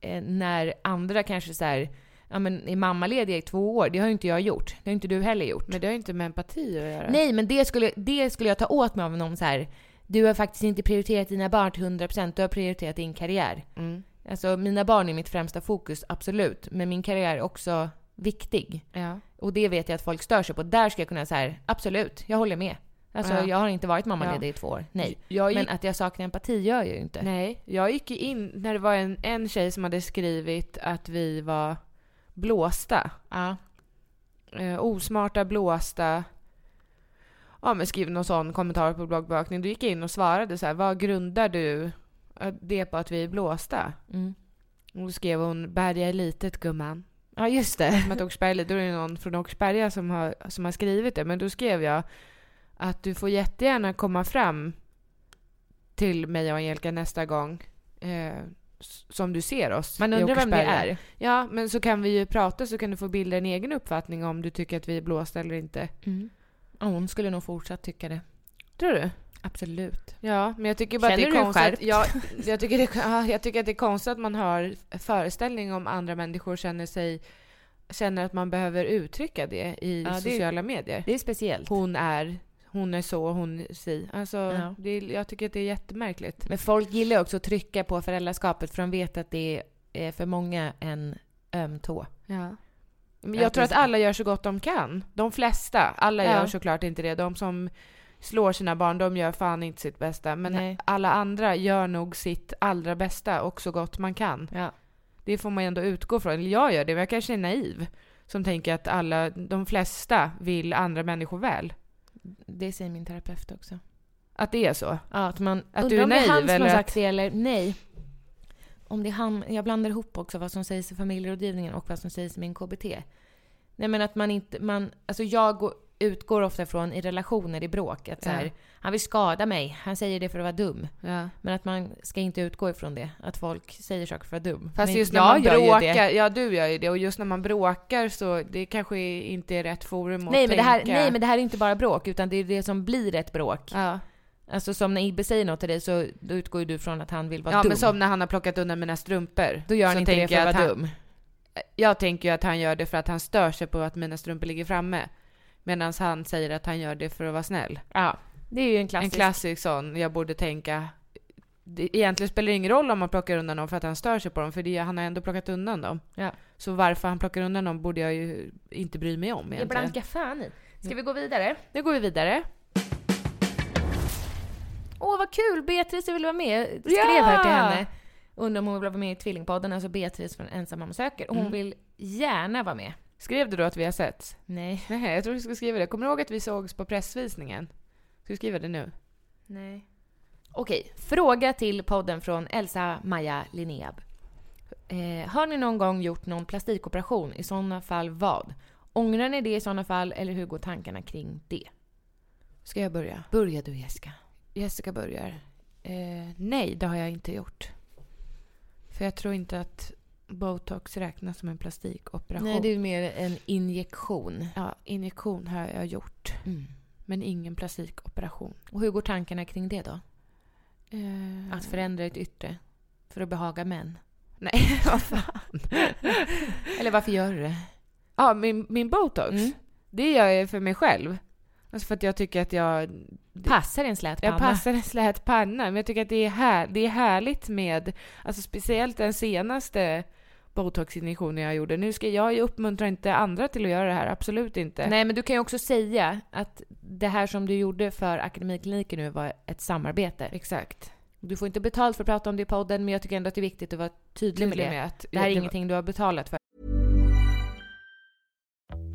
B: eh, när andra kanske så här, ja men är mammaledig i två år, det har ju inte jag gjort. Det har inte du heller gjort.
C: Men det har ju inte med empati att göra.
B: Nej, men det skulle, det skulle jag ta åt mig av någon så här. Du har faktiskt inte prioriterat dina barn till 100%, du har prioriterat din karriär.
C: Mm.
B: Alltså mina barn är mitt främsta fokus, absolut. Men min karriär är också viktig.
C: Ja.
B: Och det vet jag att folk stör sig på. Där ska jag kunna säga absolut, jag håller med. Alltså
C: Ja.
B: jag har inte varit mammaledig i två år, nej.
C: Jag gick
B: Men att jag saknar empati gör jag ju inte.
C: Nej, jag gick ju in när det var en, en tjej som hade skrivit att vi var blåsta.
B: Ja.
C: Eh, osmarta, blåsta. Ja, men skrev någon sån kommentar på bloggbevakning. Då gick jag in och svarade så här, vad grundar du eh, det på att vi är blåsta?
B: Mm.
C: Och då skrev hon, Berga är litet gumman.
B: ja, just det.
C: Som att Åkersberga är litet. Då är det någon från Åkersberga som har, som har skrivit det. Men då skrev jag att du får jättegärna komma fram till mig och Angelica nästa gång eh, s- som du ser oss
B: Man
C: i
B: undrar vem det
C: Åkersberga.
B: är.
C: Ja, men så kan vi ju prata så kan du få bilda en egen uppfattning om du tycker att vi är blåsta eller inte.
B: Mm. Ja, hon skulle nog fortsatt tycka det.
C: Tror du?
B: Absolut.
C: Ja, men jag tycker bara
B: Känner
C: att
B: du
C: det
B: dig
C: är konstigt.
B: skärpt?
C: Att, jag, jag, tycker det, ja, jag tycker att det är konstigt att man har föreställning om andra människor känner sig känner att man behöver uttrycka det i
B: Ja, det är-
C: sociala medier.
B: Det är speciellt.
C: Hon är, hon är så, hon är si. Alltså,
B: Ja.
C: det, är- jag tycker att det är jättemärkligt.
B: Men folk gillar också att trycka på föräldraskapet för de vet att det är eh, för många en öm tå.
C: Ja. Men
B: Ja,
C: jag tror att
B: precis.
C: alla gör så gott de kan. De flesta. Alla
B: Ja.
C: gör såklart inte det. De som slår sina barn, de gör fan inte sitt bästa. Men
B: Nej.
C: alla andra gör nog sitt allra bästa och så gott man kan.
B: Ja.
C: Det får man ju ändå utgå från. Eller jag gör det, men jag kanske är naiv. Som tänker att alla, de flesta vill andra människor väl.
B: Det säger min terapeut också.
C: Att det är så.
B: Ja, att man
C: Att
B: att
C: du är
B: undrar om det är
C: naiv,
B: han som
C: eller
B: har
C: att-
B: sagt det eller nej. Om det är han, jag blandar ihop också vad som sägs i familjerådgivningen och vad som sägs i min KBT. Nej men att man inte, man, alltså jag går, utgår ofta från i relationer, i bråk, att så här,
C: Ja.
B: han vill skada mig, han säger det för att vara dum.
C: Ja.
B: Men att man ska inte utgå ifrån det, att folk säger saker för att vara dum.
C: Fast
B: men
C: just när
B: jag
C: man
B: gör ju det.
C: bråkar, ja du gör ju det, och just när man bråkar så det kanske inte är rätt forum att
B: Nej men, det här,
C: tänka.
B: nej men det här är inte bara bråk, utan det är det som blir ett bråk.
C: Ja.
B: Alltså som när Ibbe säger något till dig så då utgår ju du från att han vill vara
C: ja
B: dum.
C: men som när han har plockat undan mina strumpor.
B: Då gör han
C: Så
B: inte det
C: tänker
B: för
C: jag
B: att vara
C: han-
B: dum.
C: Jag tänker ju att han gör det för att han stör sig på att mina strumpor ligger framme. Medan han säger att han gör det för att vara snäll.
B: Ja, det är ju en klassisk.
C: En klassisk sån, jag borde tänka. Det, egentligen spelar det ingen roll om man plockar undan dem för att han stör sig på dem, för det, han har ändå plockat undan dem.
B: Ja.
C: Så varför han plockar undan dem borde jag ju inte bry mig om egentligen.
B: Ibland ska fan i. Ska vi gå vidare?
C: Nu går vi vidare.
B: Åh vad kul! Beatrice vill vara med. Skrev
C: Ja!
B: här till henne. Undrar om hon vill vara med i Tvillingpodden, alltså Beatrice från Ensam mamma söker. Hon
C: Mm.
B: vill gärna vara med.
C: Skrev du då att vi har sett?
B: Nej.
C: Nej, jag tror du skulle skriva det. Kommer du ihåg att vi sågs på pressvisningen? Ska du skriva det nu?
B: Nej. Okej, fråga till podden från Elsa Maja Linneab. Eh, har ni någon gång gjort någon plastikoperation? I sådana fall vad? Ångrar ni det i sådana fall eller hur går tankarna kring det?
C: Ska jag börja?
B: Börja du Jessica.
C: Jessica börjar. Eh, nej, det har jag inte gjort. För jag tror inte att botox räknas som en plastikoperation.
B: Nej, det är mer en injektion. Mm.
C: Ja, Mm. injektion har jag gjort, men ingen plastikoperation.
B: Och hur går tankarna kring det då?
C: Eh,
B: Att förändra ett yttre för att behaga män?
C: Nej, vad fan.
B: Eller varför gör du det?
C: ja, min, min botox,
B: Mm.
C: det gör jag för mig själv. Alltså för att jag tycker att jag
B: Passar en slät panna?
C: Jag passar en slät panna, men jag tycker att det är, här, det är härligt med, alltså speciellt den senaste botoxinjektionen jag gjorde. Nu ska jag ju uppmuntra inte andra till att göra det här, absolut inte.
B: Nej, men du kan ju också säga att det här som du gjorde för Akademikliniken nu var ett samarbete.
C: Exakt.
B: Du får inte betalt för att prata om det i podden, men jag tycker ändå att det är viktigt att vara tydlig med det.
C: att
B: Det här är ingenting du har betalat för.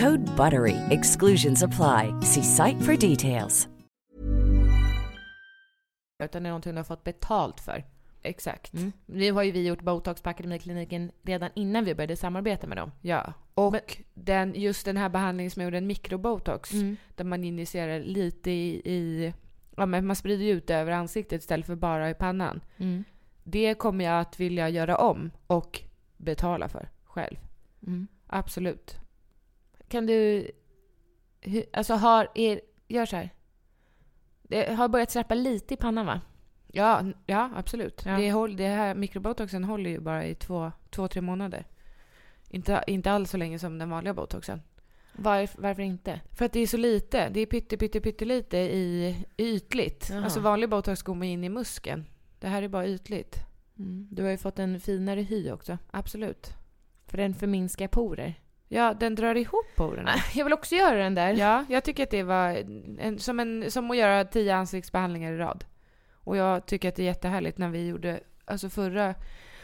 D: Code BUTTERY. Exclusions apply. See site for details.
B: Utan det är någonting du har fått betalt för.
C: Exakt.
B: Mm. Nu har ju vi gjort botox på Akademikliniken redan innan vi började samarbeta med dem.
C: Ja. Och den, just den här behandlingen som jag gjorde, en mikrobotox,
B: Mm.
C: där man injicerar lite i, i ja, men man sprider ju ut det över ansiktet istället för bara i pannan.
B: Mm.
C: Det kommer jag att vilja göra om och betala för själv.
B: Mm.
C: Absolut.
B: Kan du... Hur, alltså har... Er, gör så här. Det har börjat släppa lite i pannan va?
C: Ja, n- ja absolut.
B: Ja.
C: Det, håll, det här mikrobotoxen håller ju bara i två, två tre månader. Inte, inte alls så länge som den vanliga botoxen.
B: Varför, varför inte?
C: För att det är så lite. Det är pytte, pytte, pyttelite i, i ytligt.
B: Jaha.
C: Alltså vanlig botox går man in i muskeln. Det här är bara ytligt.
B: Mm. Du har ju fått en finare hy också.
C: Absolut.
B: För den förminskar porer.
C: Ja, den drar ihop porerna.
B: Jag vill också göra den där.
C: Ja, jag tycker att det var en, som, en, som att göra tio ansiktsbehandlingar i rad. Och jag tycker att det är jättehärligt när vi gjorde, alltså förra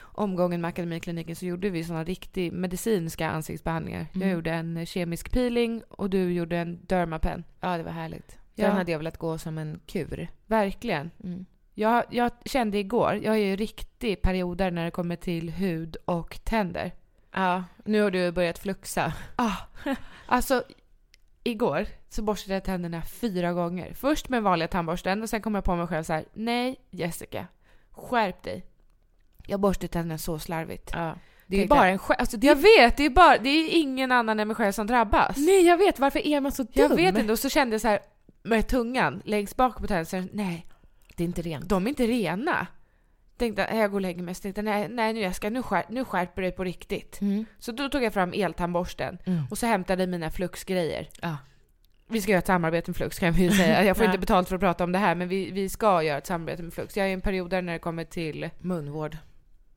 C: omgången med Akademikliniken så gjorde vi sådana riktigt medicinska ansiktsbehandlingar.
B: Mm.
C: Jag gjorde en kemisk peeling och du gjorde en dermapen.
B: Ja, det var härligt.
C: Ja.
B: Den hade jag velat gå som en kur.
C: Verkligen.
B: Mm.
C: Jag, jag kände igår, jag är ju riktig perioder när det kommer till hud och tänder.
B: Ja, nu har du börjat fluxa.
C: Ah, alltså, igår så borstade jag tänderna fyra gånger. Först med vanliga tandborsten och sen kom jag på mig själv så här: nej Jessica, skärp dig. Jag borstade tänderna så slarvigt.
B: Ja.
C: Det är
B: Tänkte
C: bara
B: jag.
C: en själv. Alltså, det, jag vet, det är, bara, det är ingen annan än mig själv som drabbas.
B: Nej, jag vet. Varför är man så dum?
C: jag vet inte, och så kände jag så här med tungan längst bak på tänderna, så här, nej,
B: Det är inte rent.
C: de är inte rena. Tänkte, nej, jag går och lägger mig. Så tänkte jag, nej, nej nu Jessica, nu, skär, nu skärper du dig på riktigt.
B: Mm.
C: Så då tog jag fram eltandborsten
B: Mm.
C: och så hämtade jag mina fluxgrejer.
B: Ja.
C: Vi ska göra ett samarbete med Flux kan vi ju säga. Jag får
B: Ja.
C: inte betalt för att prata om det här men vi, vi ska göra ett samarbete med Flux. Jag är i en period där när det kommer till,
B: Munvård.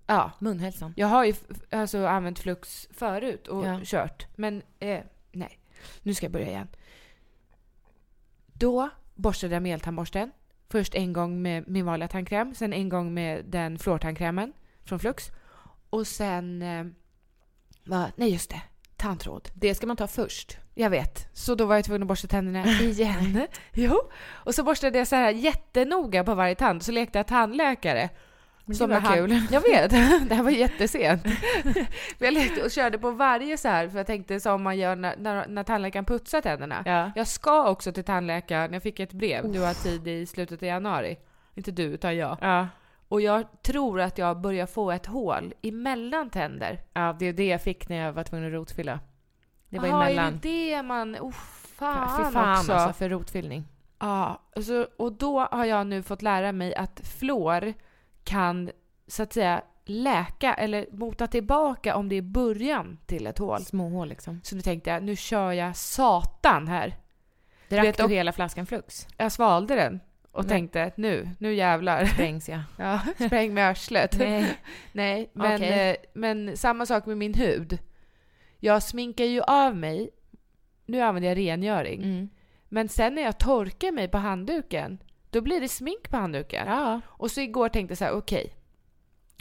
C: ja.
B: Munhälsan.
C: Jag har ju f- alltså använt Flux förut och
B: liksom. Ja.
C: kört. Men eh, nej, nu ska jag börja igen. Då borstade jag med eltandborsten. Först en gång med min vanliga tandkräm, sen en gång med den fluortandkrämen från Flux. Och sen, eh, va, nej just det, tandtråd.
B: Det ska man ta först.
C: Jag vet. Så då var jag tvungen att borsta tänderna igen. jo. Och så borstade jag så här jättenoga på varje tand. Så lekte jag tandläkare.
B: Men det
C: Som
B: var
C: när han-
B: kul.
C: Jag vet. det här var jättesent. Men jag lekte och körde på varje så här. För jag tänkte som man gör när, när, när tandläkaren putsar tänderna.
B: Ja.
C: Jag ska också till tandläkaren. Jag fick ett brev. Du har tid i slutet av januari. Inte du, utan jag.
B: Ja.
C: Och jag tror att jag börjar få ett hål emellan tänder.
B: ja, det är det jag fick när jag var tvungen att rotfylla. Det var
C: Jaha,
B: emellan.
C: är det det man... Oh, fan,
B: Fy fan
C: också.
B: alltså, för rotfyllning.
C: Ja, alltså, och då har jag nu fått lära mig att flor kan så att säga läka eller mota tillbaka om det är början till ett hål.
B: Små hål liksom.
C: Så nu tänkte jag, nu kör jag satan här.
B: Drack
C: vet
B: du
C: om-
B: hela flaskan Flux?
C: Jag svalde den och
B: Nej.
C: tänkte, nu, nu jävlar.
B: Sprängs jag.
C: Ja, spräng med arslet.
B: Nej.
C: Nej, men,
B: Okej.
C: eh, men samma sak med min hud. Jag sminkar ju av mig, nu använder jag rengöring,
B: Mm.
C: men sen när jag torkar mig på handduken, då blir det smink på handduken.
B: Ja.
C: Och så igår tänkte jag så här, okej.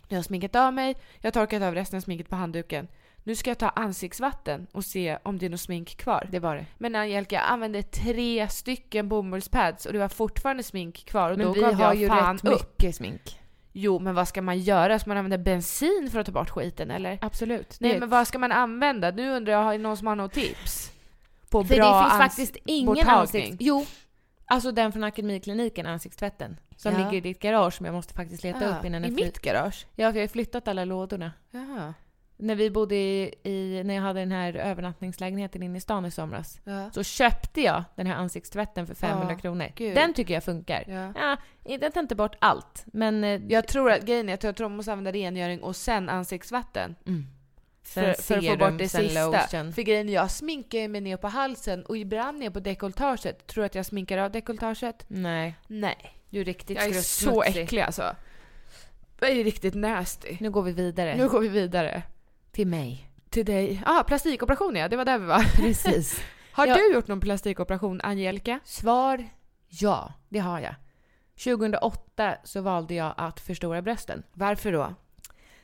C: jag har sminkat av mig, jag har torkat av resten av sminket på handduken. Nu ska jag ta ansiktsvatten och se om det är något smink kvar.
B: Det var det.
C: Men Angelica, jag använde tre stycken bomullspads och det var fortfarande smink kvar och då
B: Men vi
C: gav
B: har
C: jag
B: ju
C: fan
B: rätt
C: upp.
B: mycket smink.
C: Jo, men vad ska man göra? Ska man använda bensin för att ta bort skiten eller?
B: Absolut.
C: Nej, men vad ska man använda? Nu undrar jag, har någon som har något tips? På
B: För
C: bra
B: det finns
C: ans-
B: faktiskt ingen
C: borttagning?
B: ansikts... Jo. Alltså den från Akademikliniken, ansiktstvätten. Som
C: Ja.
B: ligger i ditt garage som jag måste faktiskt leta
C: Ja,
B: upp innan
C: I
B: jag fly-
C: mitt garage?
B: Ja, för jag har flyttat alla lådorna.
C: Ja.
B: När vi bodde i, i, när jag hade den här övernattningslägenheten inne i stan i somras.
C: Ja.
B: Så köpte jag den här ansiktstvätten för 500
C: Ja,
B: kronor.
C: gud.
B: Den tycker jag funkar.
C: Ja.
B: Ja, inte- den tar inte bort allt. Men eh,
C: Jag tror att grejen är att jag tror man måste använda rengöring och sen ansiktsvatten.
B: Mm.
C: För,
B: Sen
C: för att få
B: serum,
C: bort det
B: sen
C: sista.
B: lotion.
C: För grejen är jag sminkar mig ner på halsen och ibland ner på dekolletaget. Tror du att jag sminkar av dekolletaget?
B: nej,
C: Nej.
B: du är riktigt
C: Jag är så
B: skrutsmutsig.
C: äcklig alltså. Jag är ju riktigt nasty.
B: Nu går vi vidare.
C: Nu går vi vidare.
B: Till mig.
C: Till dig. Ja, ah, plastikoperation ja. Det var där vi var.
B: Precis.
C: Har
B: Ja.
C: du gjort någon plastikoperation, Angelica?
B: Svar ja, det har jag. 2008 så valde jag att förstora brösten.
C: Varför då?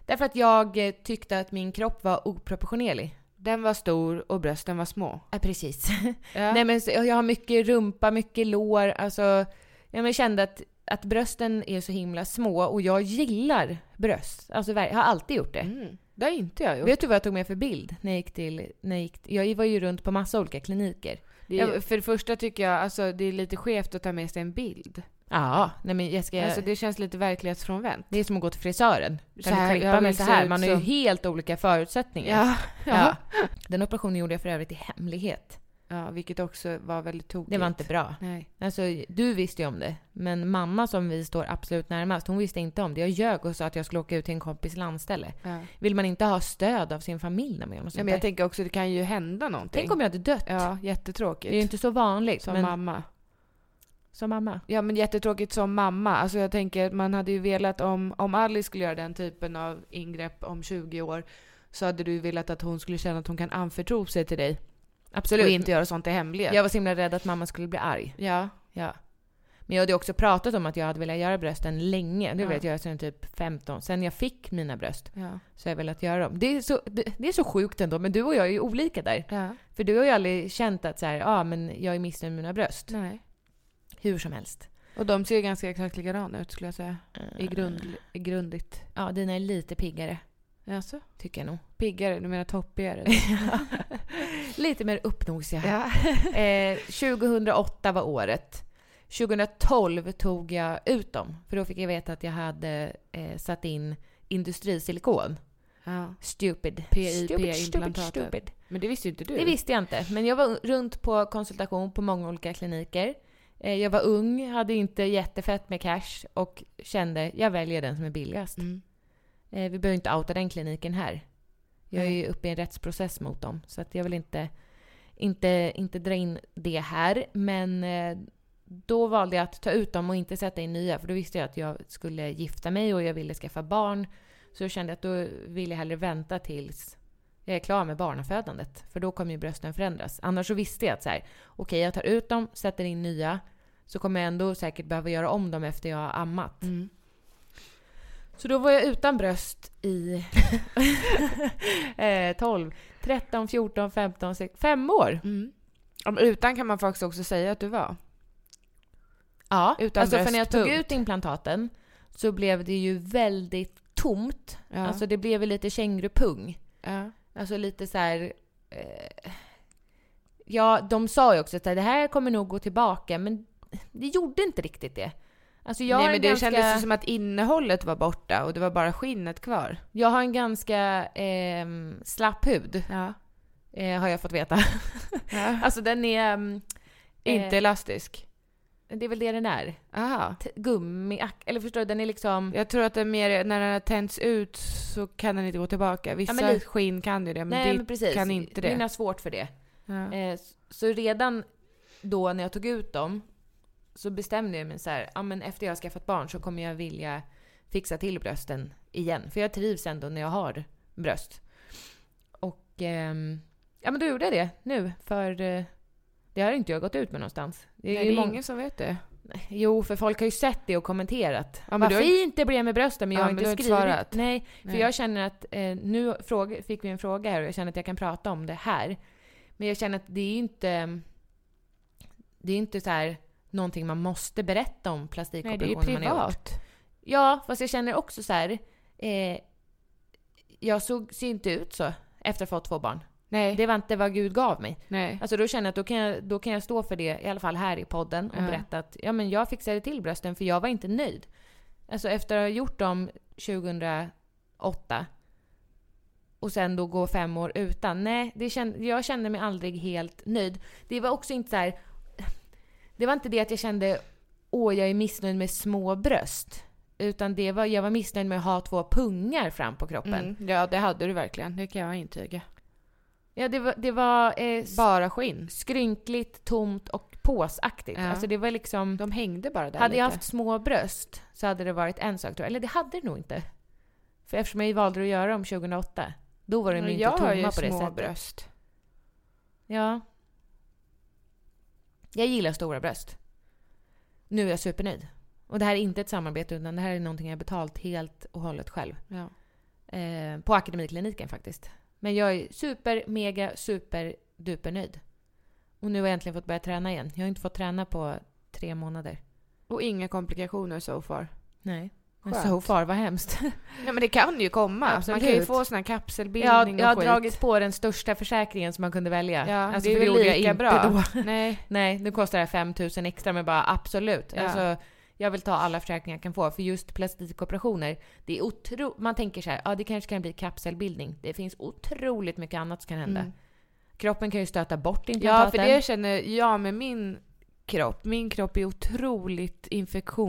B: Därför att jag eh, tyckte att min kropp var oproportionerlig.
C: Den var stor och brösten var små.
B: Ja, precis.
C: Ja.
B: Nej, men så- jag har mycket rumpa, mycket lår. Alltså, ja, men jag kände att, att brösten är så himla små och jag gillar bröst. Alltså, ver- jag har alltid gjort det.
C: Mm. Det har inte jag gjort.
B: Vet du vad jag tog med för bild när jag gick till... När jag, gick, jag var ju runt på massa olika kliniker.
C: Det är, för det första tycker jag alltså det är lite skevt att ta med sig en bild.
B: Ja, nej men Jessica,
C: Alltså
B: det,
C: det känns lite verklighetsfrånvänt.
B: är som att gå till frisören.
C: Så
B: Kan
C: här,
B: du klippa
C: jag
B: mig
C: vill
B: så
C: se
B: här?
C: ut
B: Man har ju
C: så.
B: helt olika förutsättningar.
C: Ja.
B: Ja. Den operationen gjorde jag för övrigt i hemlighet.
C: Ja, vilket också var väldigt tokigt.
B: Det var inte bra.
C: Nej.
B: Alltså, du visste ju om det. Men mamma som vi står absolut närmast, hon visste inte om det. Jag ljög och sa att jag skulle åka ut till en kompis landställe.
C: Ja.
B: Vill man inte ha stöd av sin familj när man gör något
C: Ja,
B: sånt
C: men jag
B: där?
C: tänker också, det kan ju hända någonting.
B: Tänk om jag hade dött.
C: Ja,
B: Det
C: jättetråkigt.
B: är ju inte så vanligt.
C: Som
B: men,
C: mamma.
B: som mamma.
C: Ja, men jättetråkigt som mamma. Alltså jag tänker, man hade ju velat om, om Alice skulle göra den typen av ingrepp om 20 år så hade du velat att hon skulle känna att hon kan anförtro sig till dig.
B: Absolut.
C: Och inte göra sånt i hemlighet.
B: Jag var så himla rädd att mamma skulle bli arg.
C: Ja.
B: Ja. Men jag hade också pratat om att jag hade velat göra brösten länge. Du
C: Ja.
B: vet, jag är sedan typ 15. Sen jag fick mina bröst
C: Ja.
B: så har jag velat göra dem. Det är, så, det, det är så sjukt ändå, men du och jag är ju olika där.
C: ja.
B: För du har ju aldrig känt att så här, ja men jag är missnöjd med mina bröst.
C: Nej.
B: Hur som helst.
C: Och de ser ju ganska exakt likadana ut skulle jag säga. I, grund, i grundigt.
B: Ja, dina är lite piggare,
C: Alltså,
B: tycker jag nog.
C: piggare, du menar toppigare?
B: lite mer uppnosiga.
C: ja.
B: Eh, 2008 var året. 2012 tog jag ut dem, för då fick jag veta att jag hade eh, satt in industrisilikon.
C: ja.
B: Stupid.
C: PIP
B: stupid, stupid,
C: implantatet.
B: stupid.
C: Men det visste ju inte du.
B: Det visste jag inte, men jag var runt på konsultation på många olika kliniker. Eh, Jag var ung, hade inte jättefett med cash och kände jag väljer den som är billigast.
C: Mm.
B: Eh, Vi behöver inte outa den kliniken här. Jag är ju uppe i en rättsprocess mot dem, så att jag vill inte, inte, inte dra in det här. Men eh, då valde jag att ta ut dem och inte sätta in nya, för då visste jag att jag skulle gifta mig och jag ville skaffa barn. Så jag kände att då vill jag hellre vänta tills jag är klar med barnafödandet, för då kommer ju brösten förändras. Annars så visste jag att så här, okej, jag tar ut dem, sätter in nya, så kommer jag ändå säkert behöva göra om dem efter jag har ammat.
C: Mm.
B: Så då var jag utan bröst i eh, 12, 13, 14, 15, 16, 5 år.
C: Mm. Ja, men Utan kan man faktiskt också säga att du var.
B: Ja,
C: Utan
B: alltså
C: bröst,
B: för när jag tog
C: punkt.
B: ut implantaten så blev det ju väldigt tomt.
C: Ja.
B: Alltså det blev ju lite kängurupung.
C: ja.
B: Alltså lite så här... Eh, ja, de sa ju också att det här kommer nog gå tillbaka, men det gjorde inte riktigt det. Alltså jag
C: Nej
B: har
C: men
B: en
C: det
B: ganska...
C: kändes ju som att innehållet var borta och det var bara skinnet kvar.
B: Jag har en ganska ehm, slapp hud,
C: Ja.
B: eh, har jag fått veta.
C: Alltså,
B: Alltså den är... mm,
C: inte
B: eh,
C: elastisk.
B: Det är väl det den är.
C: Aha.
B: T- Gummiak... Eller förstår du, den är liksom...
C: Jag tror att det är mer när den har tänts ut så kan den inte gå tillbaka. Vissa
B: men lite-
C: skinn kan ju det men
B: Nej
C: ditt
B: men precis.
C: kan inte det.
B: Mina har svårt för det.
C: Ja.
B: Eh, s- så redan då när jag tog ut dem så bestämde jag mig så här, ja men efter jag har skaffat barn så kommer jag vilja fixa till brösten igen. För jag trivs ändå när jag har bröst. Och ehm, ja men då gjorde jag det nu för eh, det har inte jag gått ut med någonstans. Det är
C: Nej,
B: ju
C: det är
B: många-
C: ingen som vet det.
B: Jo, för folk har ju sett det och kommenterat.
C: men
B: Vad
C: du har-
B: fint det blev med brösten men jag
C: Ja,
B: har
C: men
B: inte
C: du har inte
B: skrivit.
C: svarat.
B: Nej, för
C: Nej.
B: jag känner att eh, nu fråga, fick vi en fråga här och jag känner att jag kan prata om det här. Men jag känner att det är ju inte... Det är ju inte så här någonting man måste berätta om
C: Nej det är ju
B: plastikoperationer man har gjort.
C: privat.
B: Ja, fast jag känner också så här... Eh, jag såg, ser inte ut så efter att ha fått två barn.
C: Nej.
B: Det var inte vad Gud gav mig.
C: Nej.
B: Alltså då känner jag att då kan jag, då kan jag stå för det, i alla fall här i podden, och
C: Ja.
B: berätta att ja, men jag fixade till brösten för jag var inte nöjd. Alltså efter att ha gjort dem 2008 och sen då gå fem år utan. Nej, det känd, jag kände mig aldrig helt nöjd. Det var också inte så här... Det var inte det att jag kände åh, jag är missnöjd med små bröst. Utan det var, jag var missnöjd med att ha två pungar fram på kroppen.
C: Mm. Ja det hade du verkligen, det kan jag intyga.
B: Mm. Ja, det var, det var eh,
C: Bara skinn.
B: skrynkligt, tomt och påsaktigt.
C: Ja.
B: Alltså det var liksom...
C: De hängde bara där
B: hade
C: lite.
B: jag haft små bröst så hade det varit en sak tror jag. Eller det hade det nog inte. För eftersom jag valde att göra dem 2008, då var de ju
C: Men
B: inte
C: jag har
B: tomma
C: ju
B: på det
C: små
B: sättet.
C: bröst.
B: Ja. Jag gillar stora bröst. Nu är jag supernöjd. Och det här är inte ett samarbete utan det här är någonting jag har betalt helt och hållet själv.
C: Ja.
B: Eh, på Akademikliniken faktiskt. Men jag är super, mega, super, duper nöjd. Och nu har jag äntligen fått börja träna igen. Jag har inte fått träna på tre månader.
C: Och inga komplikationer so far.
B: Nej. Men
C: Skönt.
B: so far, vad hemskt.
C: Nej men det kan ju komma.
B: Absolut.
C: Man kan ju få sån här kapselbildning
B: Jag, jag har
C: och skit.
B: dragit på den största försäkringen som man kunde välja.
C: Ja,
B: alltså,
C: det
B: för
C: är väl
B: gjorde jag
C: lika
B: inte
C: bra.
B: Då.
C: Nej.
B: Nej, nu kostar det 5000 extra men bara absolut.
C: Ja.
B: Alltså, jag vill ta alla försäkringar jag kan få för just plastikoperationer. Det är otro... Man tänker så här, ja det kanske kan bli kapselbildning. Det finns otroligt mycket annat som kan hända. Kroppen kan ju stöta bort
C: Mm. Ja,
B: implantaten.
C: för det känner jag med min kropp. Min kropp är otroligt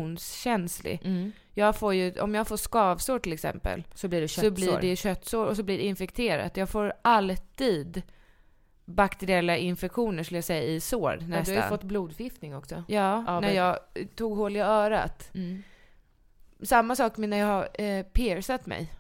C: infektionskänslig.
B: Mm.
C: Jag får ju, om jag får skavsår till exempel,
B: Så blir det
C: så
B: köttsår.
C: blir det köttsår och så blir det infekterat. Jag får alltid bakteriella infektioner skulle jag säga i sår
B: Men
C: nästan.
B: du har ju fått blodförgiftning också.
C: ja,
B: Ja,
C: när
B: men-
C: jag tog hål i örat.
B: Mm.
C: Samma sak med när jag har eh, piercat mig.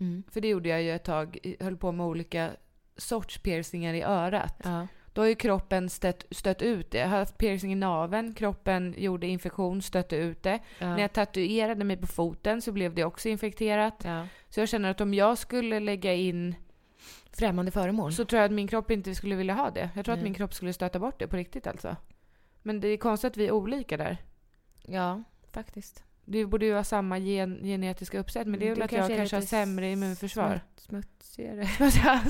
B: Mm.
C: För det gjorde jag ju ett tag, höll på med olika sorts piercingar i örat.
B: Ja.
C: Då har ju kroppen stött, stött ut det. Jag har haft piercing i naveln, kroppen gjorde infektion, stötte ut det.
B: Ja.
C: När jag tatuerade mig på foten så blev det också infekterat.
B: ja.
C: Så jag känner att om jag skulle lägga in
B: Främmande föremål.
C: så tror jag att min kropp inte skulle vilja ha det. Jag tror att
B: Nej.
C: min kropp skulle stöta bort det på riktigt alltså. Men det är konstigt att vi är olika där.
B: ja, faktiskt.
C: Du borde ju ha samma gen, genetiska uppsätt men det är
B: Du
C: väl att jag
B: Mm, är
C: kanske har
B: lite
C: sämre immunförsvar.
B: smut- Smutsigare.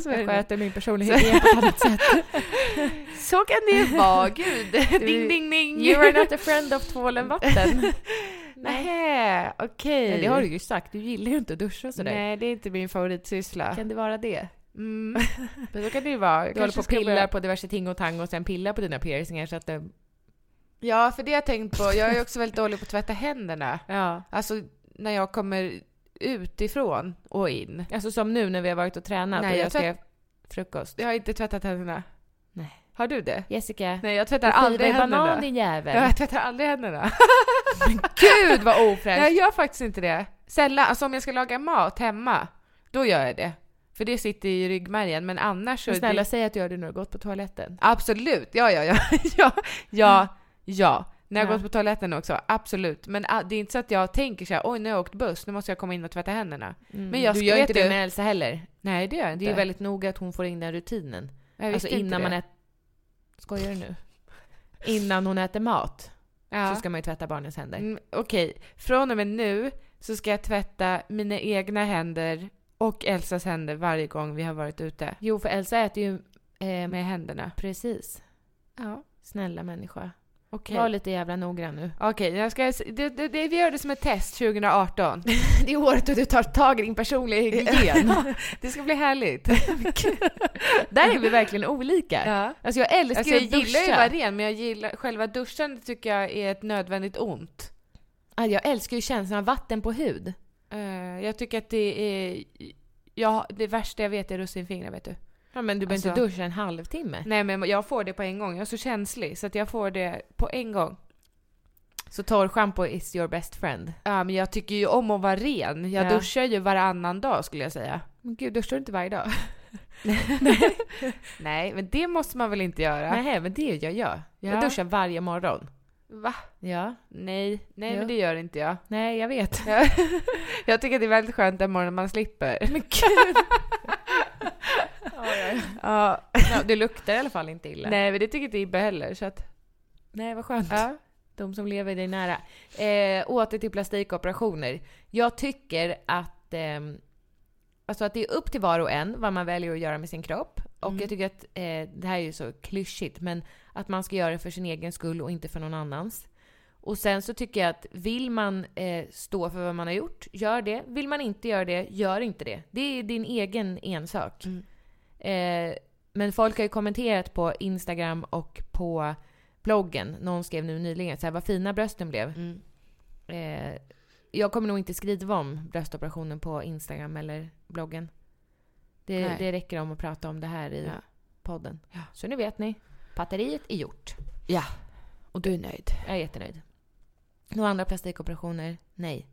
C: Så,
B: Jag sköter min personliga
C: Så-
B: hygien på ett annat sätt.
C: så kan det vara, gud! ding ding ding!
B: You are not a friend of tvålen vatten.
C: Nej, okej.
B: Nej, det har du ju sagt. Du gillar ju inte att duscha och sådär.
C: Nej, det är inte min favoritsyssla.
B: Kan det vara det?
C: Mm. Men då kan det ju vara. Jag
B: Du håller på
C: kanske
B: och
C: ska
B: pillar
C: börja-
B: på diverse ting och tang och sen pillar på dina piercingar så att eh, det...
C: Ja, för det har jag tänkt på. Jag är också väldigt dålig på att tvätta händerna.
B: Ja.
C: Alltså när jag kommer utifrån och in.
B: Alltså som nu när vi har varit och tränat
C: Nej,
B: och
C: jag
B: jag, skrev
C: tvätt-
B: frukost.
C: Jag har inte tvättat händerna.
B: Nej.
C: Har du det?
B: Jessica,
C: Nej, jag
B: du
C: tvättar
B: skivar
C: aldrig
B: i banan
C: händerna.
B: din
C: Ja,
B: jävel.
C: jag tvättar aldrig händerna.
B: Gud vad ofräscht!
C: Jag gör faktiskt inte det. Sällan. Alltså om jag ska laga mat hemma, då gör jag det. För det sitter i ryggmärgen. Men annars så...
B: Men snälla
C: det...
B: säg att du gör det när du har gått på toaletten.
C: Absolut, ja, ja, ja, ja, ja, ja. När jag
B: Ja.
C: gått på toaletten också, absolut. Men ah, det är inte så att jag tänker så här, oj nu har jag åkt buss, nu måste jag komma in och tvätta händerna. Men jag
B: Mm. du
C: ska-
B: gör
C: vet
B: inte det
C: du-
B: med Elsa heller.
C: Nej det gör jag inte.
B: Det är ju väldigt noga att hon får in den rutinen.
C: jag
B: alltså
C: visste inte
B: innan man
C: det.
B: äter... Skojar du nu? Innan hon äter mat
C: ja.
B: så ska man ju tvätta barnens händer.
C: Mm, Okej, från och med nu så ska jag tvätta mina egna händer och Elsas händer varje gång vi har varit ute.
B: Jo, för Elsa äter ju... Eh,
C: Med händerna.
B: Precis.
C: Ja,
B: Snälla människa.
C: okej.
B: Var lite jävla noggrann nu.
C: Okej, jag ska, det, det, det, vi gör det som ett test 2018.
B: Det är året då du tar tag i din personliga hygien.
C: det ska bli härligt.
B: Där är vi verkligen olika.
C: Ja.
B: Alltså jag älskar
C: Alltså jag
B: att duscha.
C: gillar ju att vara ren men jag gillar, själva duschen tycker jag är ett nödvändigt ont.
B: Ja, jag älskar ju känslan av vatten på hud.
C: Eh, jag tycker att det är, ja, det värsta jag vet är russinfingrar vet du.
B: Ja, men du behöver inte
C: Alltså-
B: duscha en halvtimme.
C: Nej men jag får det på en gång, jag är så känslig så att jag får det på en gång.
B: Så torrschampo is your best friend.
C: Ja men jag tycker ju om att vara ren, jag
B: Ja.
C: duschar ju varannan dag skulle jag säga.
B: Men gud, duschar du inte varje dag?
C: Nej men det måste man väl inte göra?
B: Nej, men det gör jag. Jag
C: Ja.
B: duschar varje morgon.
C: Va?
B: Ja.
C: Nej, nej
B: Jo.
C: men det gör inte jag.
B: Nej, jag vet.
C: Jag tycker att det är väldigt skönt den morgonen man slipper.
B: Men gud.
C: Ja.
B: Ja, det luktar i alla fall inte illa.
C: Nej men det tycker inte Ibbe heller så att,
B: Nej, vad skönt.
C: ja.
B: De som lever dig nära. Eh, åter till plastikoperationer. Jag tycker att, ehm, alltså att det är upp till var och en vad man väljer att göra med sin kropp. Och
C: Mm.
B: jag tycker att, eh, det här är ju så klyschigt, men att man ska göra det för sin egen skull och inte för någon annans. Och sen så tycker jag att vill man eh, stå för vad man har gjort, gör det. Vill man inte göra det, gör inte det. Det är din egen ensak.
C: Mm.
B: Eh, men folk har ju kommenterat på Instagram och på bloggen. Någon skrev nu nyligen så här, vad fina brösten blev.
C: Mm.
B: Eh, jag kommer nog inte skriva om bröstoperationen på Instagram eller bloggen. Det,
C: Nej.
B: det räcker om att prata om det här i
C: Ja.
B: podden.
C: Ja.
B: Så nu vet ni. Patteriet är gjort.
C: Och du är nöjd?
B: Jag är jättenöjd. Några andra plastikoperationer? Nej.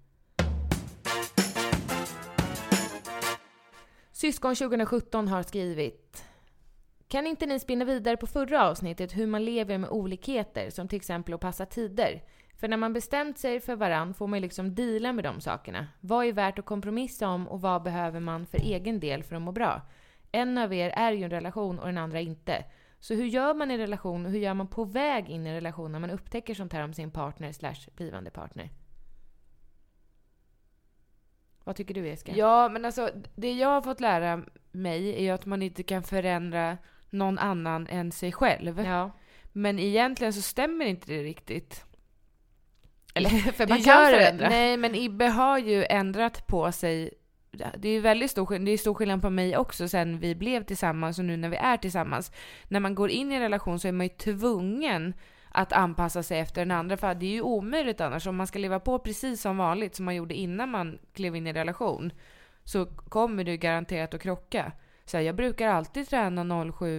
B: Syskon 2017 har skrivit Kan inte ni spinna vidare på förra avsnittet hur man lever med olikheter som till exempel att passa tider? För när man bestämt sig för varann får man ju liksom deala med de sakerna. Vad är värt att kompromissa om och vad behöver man för egen del för att må bra? En av er är ju i en relation och den andra inte. Så hur gör man i relation och hur gör man på väg in i en relation när man upptäcker sånt här om sin partner slash blivande partner? Vad tycker du Jessica?
C: Ja, men alltså det jag har fått lära mig är ju att man inte kan förändra någon annan än sig själv.
B: Ja.
C: Men egentligen så stämmer inte det riktigt.
B: Eller, för
C: Det
B: man kan
C: gör-
B: förändra.
C: Nej, men Ibbe har ju ändrat på sig det är ju väldigt stor skillnad, det är stor skillnad på mig också sen vi blev tillsammans och nu när vi är tillsammans. När man går in i en relation så är man ju tvungen att anpassa sig efter den andra för det är ju omöjligt annars. Om man ska leva på precis som vanligt som man gjorde innan man klev in i en relation så kommer du garanterat att krocka. Så här, jag brukar alltid träna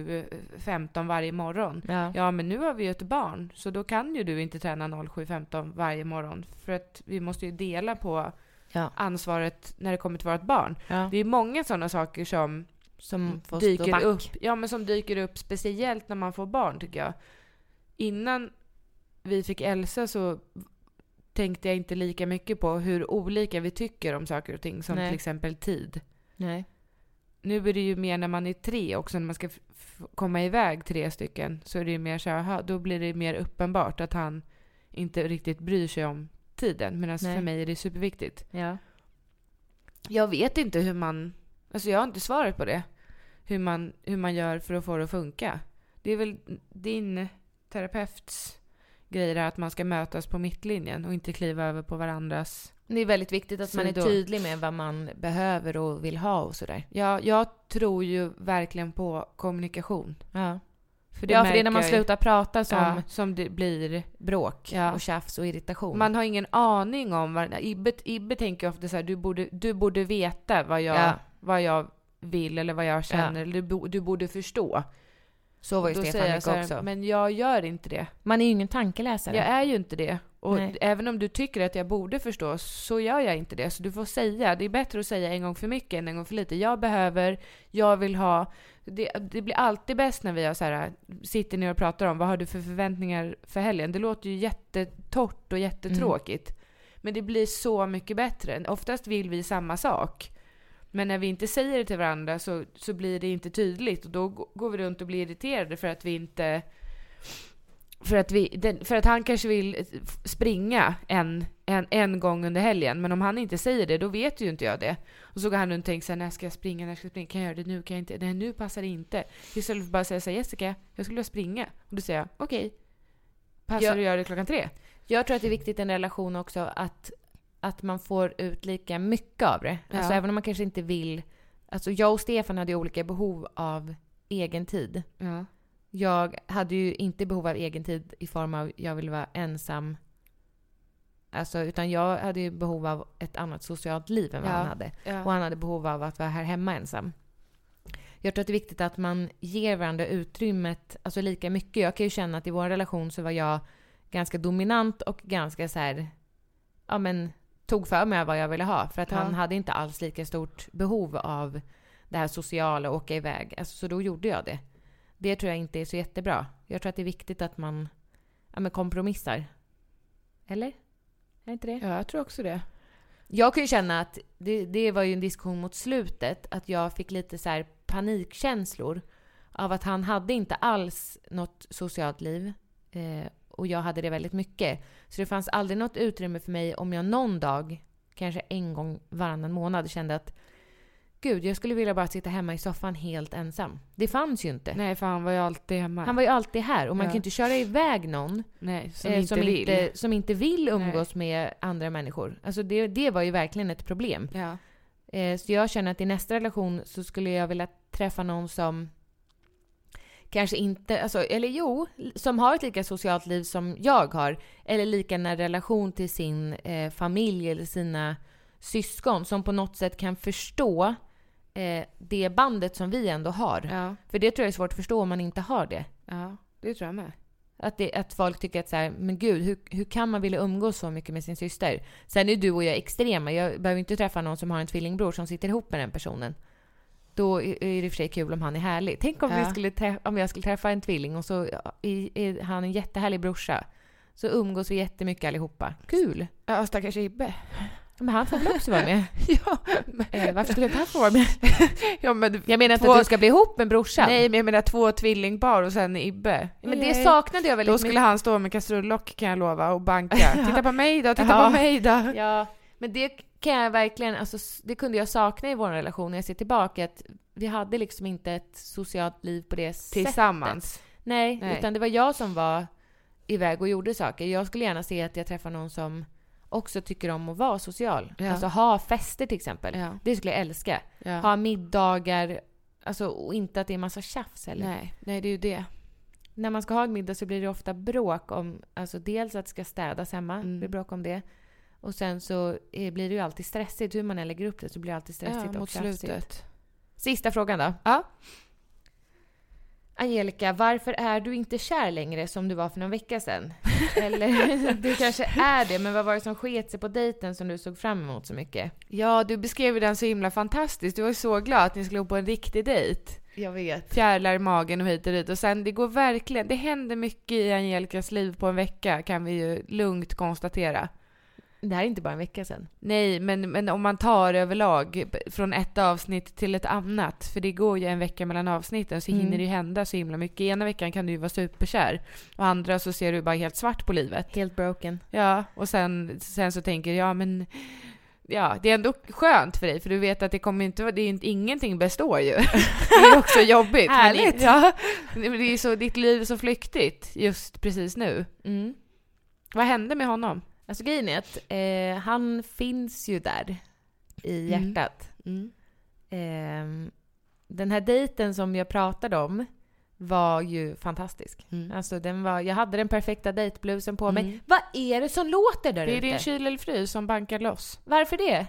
C: 07.15 varje morgon.
B: Ja.
C: Ja, men nu har vi ju ett barn, så då kan ju du inte träna 07.15 varje morgon. För att vi måste ju dela på
B: Ja.
C: ansvaret när det kommer till vårt barn.
B: Ja. Mm.
C: Det är många sådana saker som
B: Som får stå
C: dyker
B: back.
C: upp. Ja, men som dyker upp speciellt när man får barn tycker jag. Innan vi fick Elsa så tänkte jag inte lika mycket på hur olika vi tycker om saker och ting, som
B: Nej.
C: till exempel tid.
B: Nej.
C: Nu är det ju mer när man är tre också, när man ska f- f- komma iväg tre stycken, så är det ju mer så här, aha, då blir det mer uppenbart att han inte riktigt bryr sig om tiden. Medan
B: Nej.
C: för mig är det superviktigt.
B: Ja.
C: Jag vet inte hur man, alltså jag har inte svaret på det. Hur man, hur man gör för att få det att funka. Det är väl din terapeuts grej där att man ska mötas på mittlinjen och inte kliva över på varandras.
B: Det är väldigt viktigt att
C: Så
B: man är
C: då-
B: tydlig med vad man behöver och vill ha och sådär.
C: Ja, jag tror ju verkligen på kommunikation.
B: Ja. ja, för det är när man
C: märker jag ju.
B: slutar prata som
C: som, som det blir
B: bråk
C: Ja.
B: och tjafs och irritation.
C: Man har ingen aning om vad... Ibbe, Ibbe tänker ju ofta så här, du borde, du borde veta vad jag,
B: Ja.
C: vad jag vill eller vad jag känner. eller Du, bo- du borde förstå.
B: så var ju
C: Då
B: Stefan
C: säger jag
B: mycket
C: så här,
B: också.
C: Men jag gör inte det.
B: Man är ju ingen tankeläsare.
C: Jag är ju inte det. Och
B: Nej.
C: även om du tycker att jag borde förstå så gör jag inte det. Så du får säga. Det är bättre att säga en gång för mycket än en gång för lite. Jag behöver, jag vill ha. Det, det blir alltid bäst när vi har så här, sitter ner och pratar om vad har du för förväntningar för helgen. Det låter ju jättetort och jättetråkigt. Men det blir så mycket bättre. Oftast vill vi samma sak. Men när vi inte säger det till varandra så, så blir det inte tydligt och då g- går vi runt och blir irriterade för att vi inte... För att, vi, den, för att han kanske vill eh, f- springa en, en, en gång under helgen, men om han inte säger det då vet ju inte jag det. Och så går han runt och tänker såhär, när ska jag springa, när ska jag springa, kan jag göra det nu, kan jag inte, nej nu passar det inte. Istället för att bara säga såhär, Jessica, jag skulle vilja springa. Och då säger jag, okej, passar
B: Jag-
C: du att göra det klockan tre?
B: Jag tror att det är viktigt i en relation också att, att man får ut lika mycket av det.
C: Ja.
B: Alltså även om man kanske inte vill... Alltså jag och Stefan hade ju olika behov av egen tid.
C: Ja.
B: Jag hade ju inte behov av egen tid i form av jag vill vara ensam. Alltså, utan jag hade ju behov av ett annat socialt liv än vad
C: Ja.
B: han hade.
C: Ja.
B: Och han hade behov av att vara här hemma ensam. Jag tror att det är viktigt att man ger varandra utrymmet, alltså lika mycket. Jag kan ju känna att i vår relation så var jag ganska dominant och ganska så här, ja men tog för mig vad jag ville ha. För att
C: Ja.
B: han hade inte alls lika stort behov av det här sociala, åka iväg. Alltså, så då gjorde jag det. Det tror jag inte är så jättebra. Jag tror att det är viktigt att man, ja men kompromissar. Eller? Är inte det?
C: ja, jag tror också det.
B: Jag kan ju känna att det, det var ju en diskussion mot slutet, att jag fick lite så här panikkänslor av att han hade inte alls något socialt liv eh, och jag hade det väldigt mycket. Så det fanns aldrig något utrymme för mig om jag någon dag, kanske en gång varannan månad, kände att gud, jag skulle vilja bara sitta hemma i soffan helt ensam. Det fanns ju inte.
C: Nej, för han var ju alltid hemma.
B: Han var ju alltid här och man
C: Ja.
B: kan ju inte köra iväg någon
C: Nej, som
B: eh,
C: inte
B: som,
C: vill.
B: inte, som inte vill umgås med andra människor. Alltså det, det var ju verkligen ett problem.
C: Ja.
B: Eh, Så jag känner att i nästa relation så skulle jag vilja träffa någon som kanske inte, alltså, eller jo, som har ett lika socialt liv som jag har. Eller lika nära relation till sin eh, familj eller sina syskon. Som på något sätt kan förstå eh, det bandet som vi ändå har.
C: Ja.
B: För det tror jag är svårt att förstå om man inte har det.
C: ja, det tror jag med.
B: Att, det, att folk tycker att så här, men gud, hur, hur kan man vilja umgås så mycket med sin syster? Sen är du och jag extrema. Jag behöver inte träffa någon som har en tvillingbror som sitter ihop med den personen. Då är är det i och för sig kul om han är härlig. Tänk om, vi
C: Ja.
B: skulle trä- om jag skulle träffa en tvilling och så är, är han en jättehärlig brorsa. Så umgås vi jättemycket allihopa. Kul!
C: Ja, stackars Ibbe.
B: Men han får väl också vara med?
C: ja, men,
B: eh, varför skulle inte han få vara med?
C: ja, men,
B: Jag menar inte
C: Två-
B: att du ska bli ihop med brorsan.
C: nej, men jag menar två tvillingpar och sen Ibbe.
B: men det
C: Nej.
B: saknade jag
C: Då
B: väldigt
C: skulle han stå med kastrullock kan jag lova och banka. Titta på mig då, titta
B: Ja.
C: på mig då.
B: Ja, men det kan jag verkligen, alltså, s- det kunde jag sakna i vår relation när jag ser tillbaka att vi hade liksom inte ett socialt liv på det sättet.
C: Tillsammans.
B: Nej,
C: Nej.
B: utan det var jag som var iväg och gjorde saker. Jag skulle gärna se att jag träffar någon som också tycker om att vara social.
C: Ja.
B: Alltså ha fester till exempel.
C: Ja.
B: Det skulle jag älska.
C: Ja.
B: Ha middagar, alltså, och inte att det är massa tjafs heller.
C: Nej, nej, det är ju det.
B: När man ska ha en middag så blir det ofta bråk om, alltså dels att det ska städas hemma,
C: Mm.
B: det blir bråk om det. Och sen så eh, blir det ju alltid stressigt, hur man än lägger upp det så blir det alltid stressigt
C: Ja,
B: och
C: mot
B: tjafsigt.
C: slutet.
B: Sista frågan då.
C: Ja.
B: Angelica, varför är du inte kär längre som du var för någon vecka sedan? Eller du kanske är det, men vad var det som sket sig på dejten som du såg fram emot så mycket?
C: Ja, du beskrev ju den så himla fantastiskt. Du var ju så glad att ni skulle gå på en riktig dejt.
B: Jag vet.
C: Fjärilar i magen och hit och dit. Och sen det går verkligen, det händer mycket i Angelicas liv på en vecka kan vi ju lugnt konstatera.
B: Det här är inte bara en vecka sedan.
C: Nej, men, men om man tar överlag b- från ett avsnitt till ett annat, för det går ju en vecka mellan avsnitten, så
B: Mm.
C: hinner det ju hända så himla mycket. Ena veckan kan du ju vara superkär och andra så ser du bara helt svart på livet.
B: Helt broken.
C: Ja, och sen, sen så tänker jag, men ja, det är ändå skönt för dig, för du vet att det kommer ju inte vara- det är ju inte, ingenting består ju. Det är ju också jobbigt. men-
B: Härligt.
C: Ja, men det är ju så, ditt liv är så flyktigt just precis nu.
B: Mm.
C: Vad hände med honom?
B: Alltså grejen är att eh, han finns ju där i
C: Mm.
B: hjärtat. Ehm, den här dejten som jag pratade om var ju fantastisk.
C: Mm.
B: Alltså den var, jag hade den perfekta dejtblusen på mig.
C: Mm.
B: Vad är det som låter där
C: Det är
B: ute?
C: din kyl eller frys som bankar loss.
B: Varför det?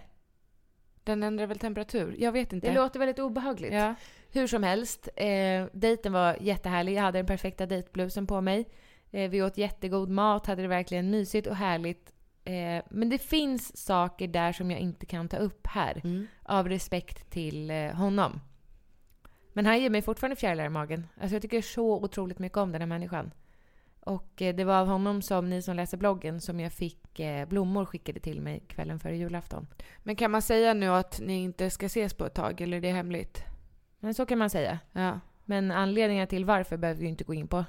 C: Den ändrar väl temperatur? Jag vet
B: Det
C: inte.
B: låter väldigt obehagligt.
C: ja.
B: Hur som helst, eh, dejten var jättehärlig. Jag hade den perfekta dejtblusen på mig. Eh, vi åt jättegod mat, hade det verkligen mysigt och härligt. Eh, men det finns saker där som jag inte kan ta upp här.
C: Mm.
B: Av respekt till eh, honom. Men han ger mig fortfarande fjärilar i magen. Alltså jag tycker så otroligt mycket om den här människan. Och eh, det var av honom som ni som läser bloggen som jag fick eh, blommor skickade till mig kvällen före julafton.
C: Men kan man säga nu att ni inte ska ses på ett tag, eller är det hemligt?
B: Men så kan man säga.
C: Ja.
B: Men anledningar till varför behöver vi ju inte gå in på.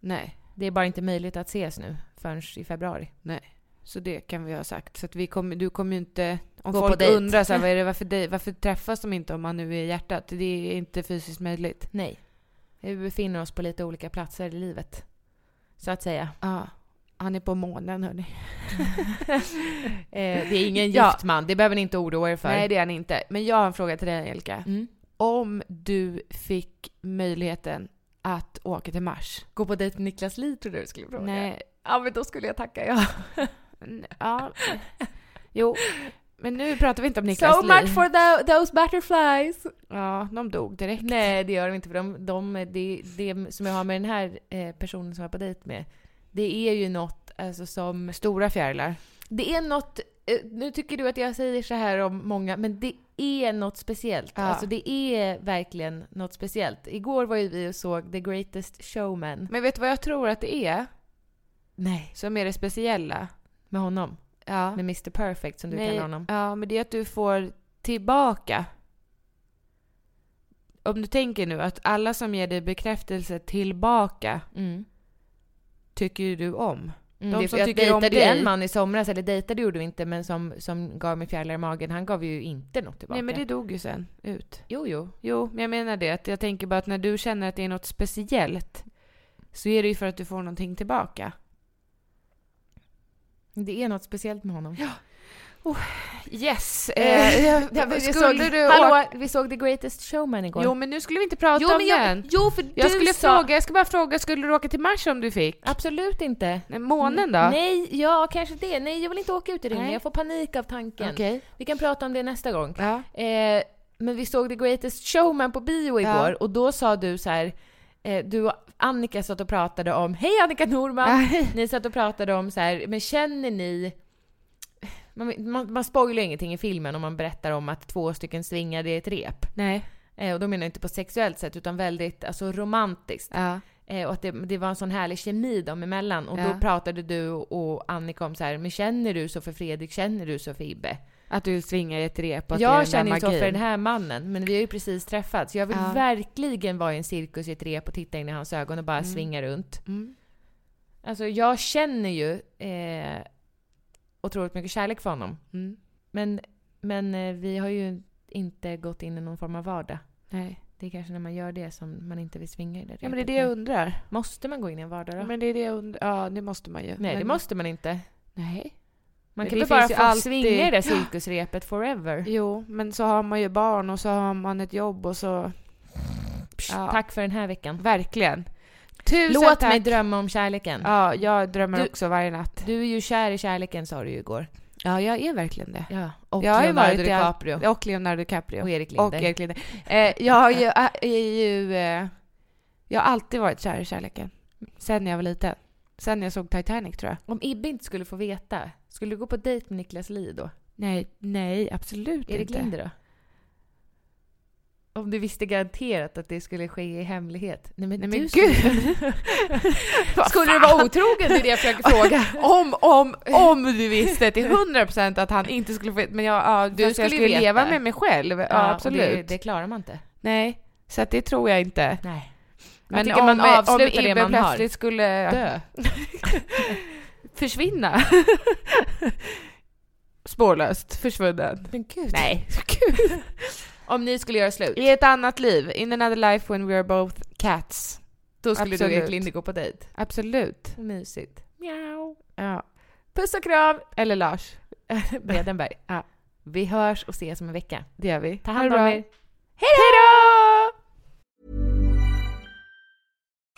C: Nej.
B: Det är bara inte möjligt att ses nu förrän i februari.
C: Så det kan vi ha sagt. Så att vi kommer, du kommer ju inte... Om
B: Gå på
C: folk
B: dejt.
C: undrar så här, vad är det, varför, dej, varför träffas de inte om man nu är i hjärtat? Det är inte fysiskt möjligt.
B: Nej. Vi befinner oss på lite olika platser i livet. Så att säga.
C: Ja. Han är på månen hörni.
B: Eh, det är ingen
C: Ja.
B: gift man, det behöver ni inte oroa er för.
C: Nej det är han inte. Men jag har en fråga till dig Angelica.
B: mm.
C: Om du fick möjligheten att åka till Mars.
B: Gå på dejt med Niklas Li trodde du skulle fråga.
C: Nej.
B: Ja men då skulle jag tacka ja.
C: n- Ja. Jo. Men nu pratar vi inte om Niklas
B: so
C: Li.
B: much for tho- those butterflies!
C: Ja, de dog direkt.
B: Nej det gör de inte för de, de, det, det som jag har med den här eh, personen som jag är på dejt med. Det är ju något alltså, som...
C: Stora fjärilar.
B: Det är något, eh, nu tycker du att jag säger så här om många, men det är något speciellt.
C: Ja.
B: Alltså det är verkligen något speciellt. Igår var ju vi och såg The Greatest Showman.
C: Men vet du vad jag tror att det är?
B: Nej.
C: Som är det speciella?
B: Med honom.
C: Ja.
B: Med Mr Perfect som du kallar honom.
C: Ja, men det är att du får tillbaka. Om du tänker nu att alla som ger dig bekräftelse tillbaka
B: Mm.
C: tycker ju du om.
B: Mm,
C: De
B: det är
C: som
B: för jag
C: tycker om
B: dejtade ju
C: dig-
B: en man i somras, eller dejtade gjorde vi inte, men som, som gav mig fjärilar i magen. Han gav ju inte något tillbaka.
C: Nej, men det dog ju sen ut.
B: Jo, jo.
C: Jo, men jag menar det. Att jag tänker bara att när du känner att det är något speciellt så är det ju för att du får någonting tillbaka.
B: Det är något speciellt med honom.
C: Yes!
B: Eh,
C: Eh,
B: ja, men jag
C: skulle
B: såg-
C: du åka...
B: Hallå, vi såg The Greatest Showman igår.
C: Jo, men nu skulle vi inte prata
B: Jo,
C: om
B: men jag,
C: den.
B: jo för
C: Jag
B: du
C: skulle
B: sa...
C: fråga, jag ska bara fråga, skulle du åka till Mars om du fick?
B: Absolut inte.
C: Nej, Månen då?
B: Mm. Nej, ja kanske det. Nej, jag vill inte åka ut i rymden.
C: Nej.
B: Jag får panik av tanken.
C: Okej.
B: Vi kan prata om det nästa gång.
C: Ja.
B: Eh, men vi såg The Greatest Showman på bio
C: Ja.
B: igår och då sa du så här. Eh, du och Annika satt och pratade om, hej Annika Norman! Ni satt och pratade om så här, men känner ni man, man, man spoilar ju ingenting i filmen om man berättar om att två stycken svingade i ett rep.
C: Nej.
B: Eh, och då menar jag inte på sexuellt sätt utan väldigt alltså, romantiskt.
C: Ja.
B: Eh, och att det, det var en sån härlig kemi dem emellan. Och då
C: Ja.
B: pratade du och Annika om så här, men känner du så för Fredrik, känner du så för Ibbe?
C: Att du svingar i ett rep och att det är
B: Jag
C: den där
B: känner ju så
C: magin.
B: för den här mannen, men vi har ju precis träffats. Jag vill
C: Ja.
B: verkligen vara i en cirkus i ett rep och titta in i hans ögon och bara svinga runt.
C: Mm.
B: Alltså jag känner ju eh, otroligt mycket kärlek för honom.
C: Mm.
B: Men, men eh, vi har ju inte gått in i någon form av vardag.
C: Nej.
B: Det är kanske när man gör det som man inte vill svinga i det
C: Ja, men det är
B: repet.
C: det jag undrar.
B: Måste man gå in i en vardag då?
C: Men det är det jag undrar. Ja, det måste man ju.
B: Nej,
C: men...
B: det måste man inte.
C: Nej.
B: Man
C: Men
B: kan
C: det
B: väl bara
C: finns
B: få
C: ju alltid-
B: svinga i det cirkusrepet forever.
C: Jo, men så har man ju barn och så har man ett jobb och så... Ja.
B: Tack för den här veckan.
C: Verkligen. Tusen
B: Låt
C: tack.
B: mig drömma om kärleken.
C: Ja, jag drömmer
B: Du-
C: också varje natt.
B: Du är ju kär i kärleken sa du ju igår.
C: Ja, jag är verkligen det.
B: Ja. Och
C: jag har ju
B: Leonardo
C: varit i all-
B: DiCaprio.
C: Och Leonardo DiCaprio.
B: Och Erik Linder.
C: Och Erik Linder. Eh, jag har ju... Äh, är ju eh, jag har alltid varit kär i kärleken. Sen jag var liten. Sen jag såg Titanic, tror jag.
B: Om Ibbe inte skulle få veta, skulle du gå på dejt med Niklas Li då?
C: Nej, nej, absolut
B: Erik
C: inte.
B: Linder då? Om du visste garanterat att det skulle ske i hemlighet. Nej men,
C: Nej, men
B: du
C: gud.
B: skulle...
C: Vad
B: skulle du
C: fan?
B: vara otrogen? Det är det jag försöker fråga.
C: Om, om, om du visste till 100% att han inte skulle få... Men jag, ja, du jag
B: skulle ju
C: skulle
B: veta.
C: leva med mig själv. Ja,
B: och
C: absolut.
B: Det, det klarar man inte.
C: Nej, så att det tror jag inte.
B: Nej. Jag
C: Men
B: tycker
C: om, eh,
B: man
C: om
B: avslutar det
C: Ibbe
B: man har.
C: plötsligt skulle
B: Dö.
C: försvinna. Spårlöst försvunnen.
B: Men gud.
C: Nej, gud.
B: Om ni skulle göra slut,
C: I ett annat liv, in another life when we are both cats.
B: då skulle du och Erik
C: absolut.
B: Linder gå på dejt.
C: Absolut.
B: Mysigt. Miau.
C: Ja.
B: Puss och kram!
C: Eller Lars,
B: Bredenberg.
C: Ja.
B: Vi hörs och ses om en vecka.
C: det gör vi.
B: Ta
C: Ha
B: hand
C: det
B: om
C: bra.
B: er.
C: Hej då!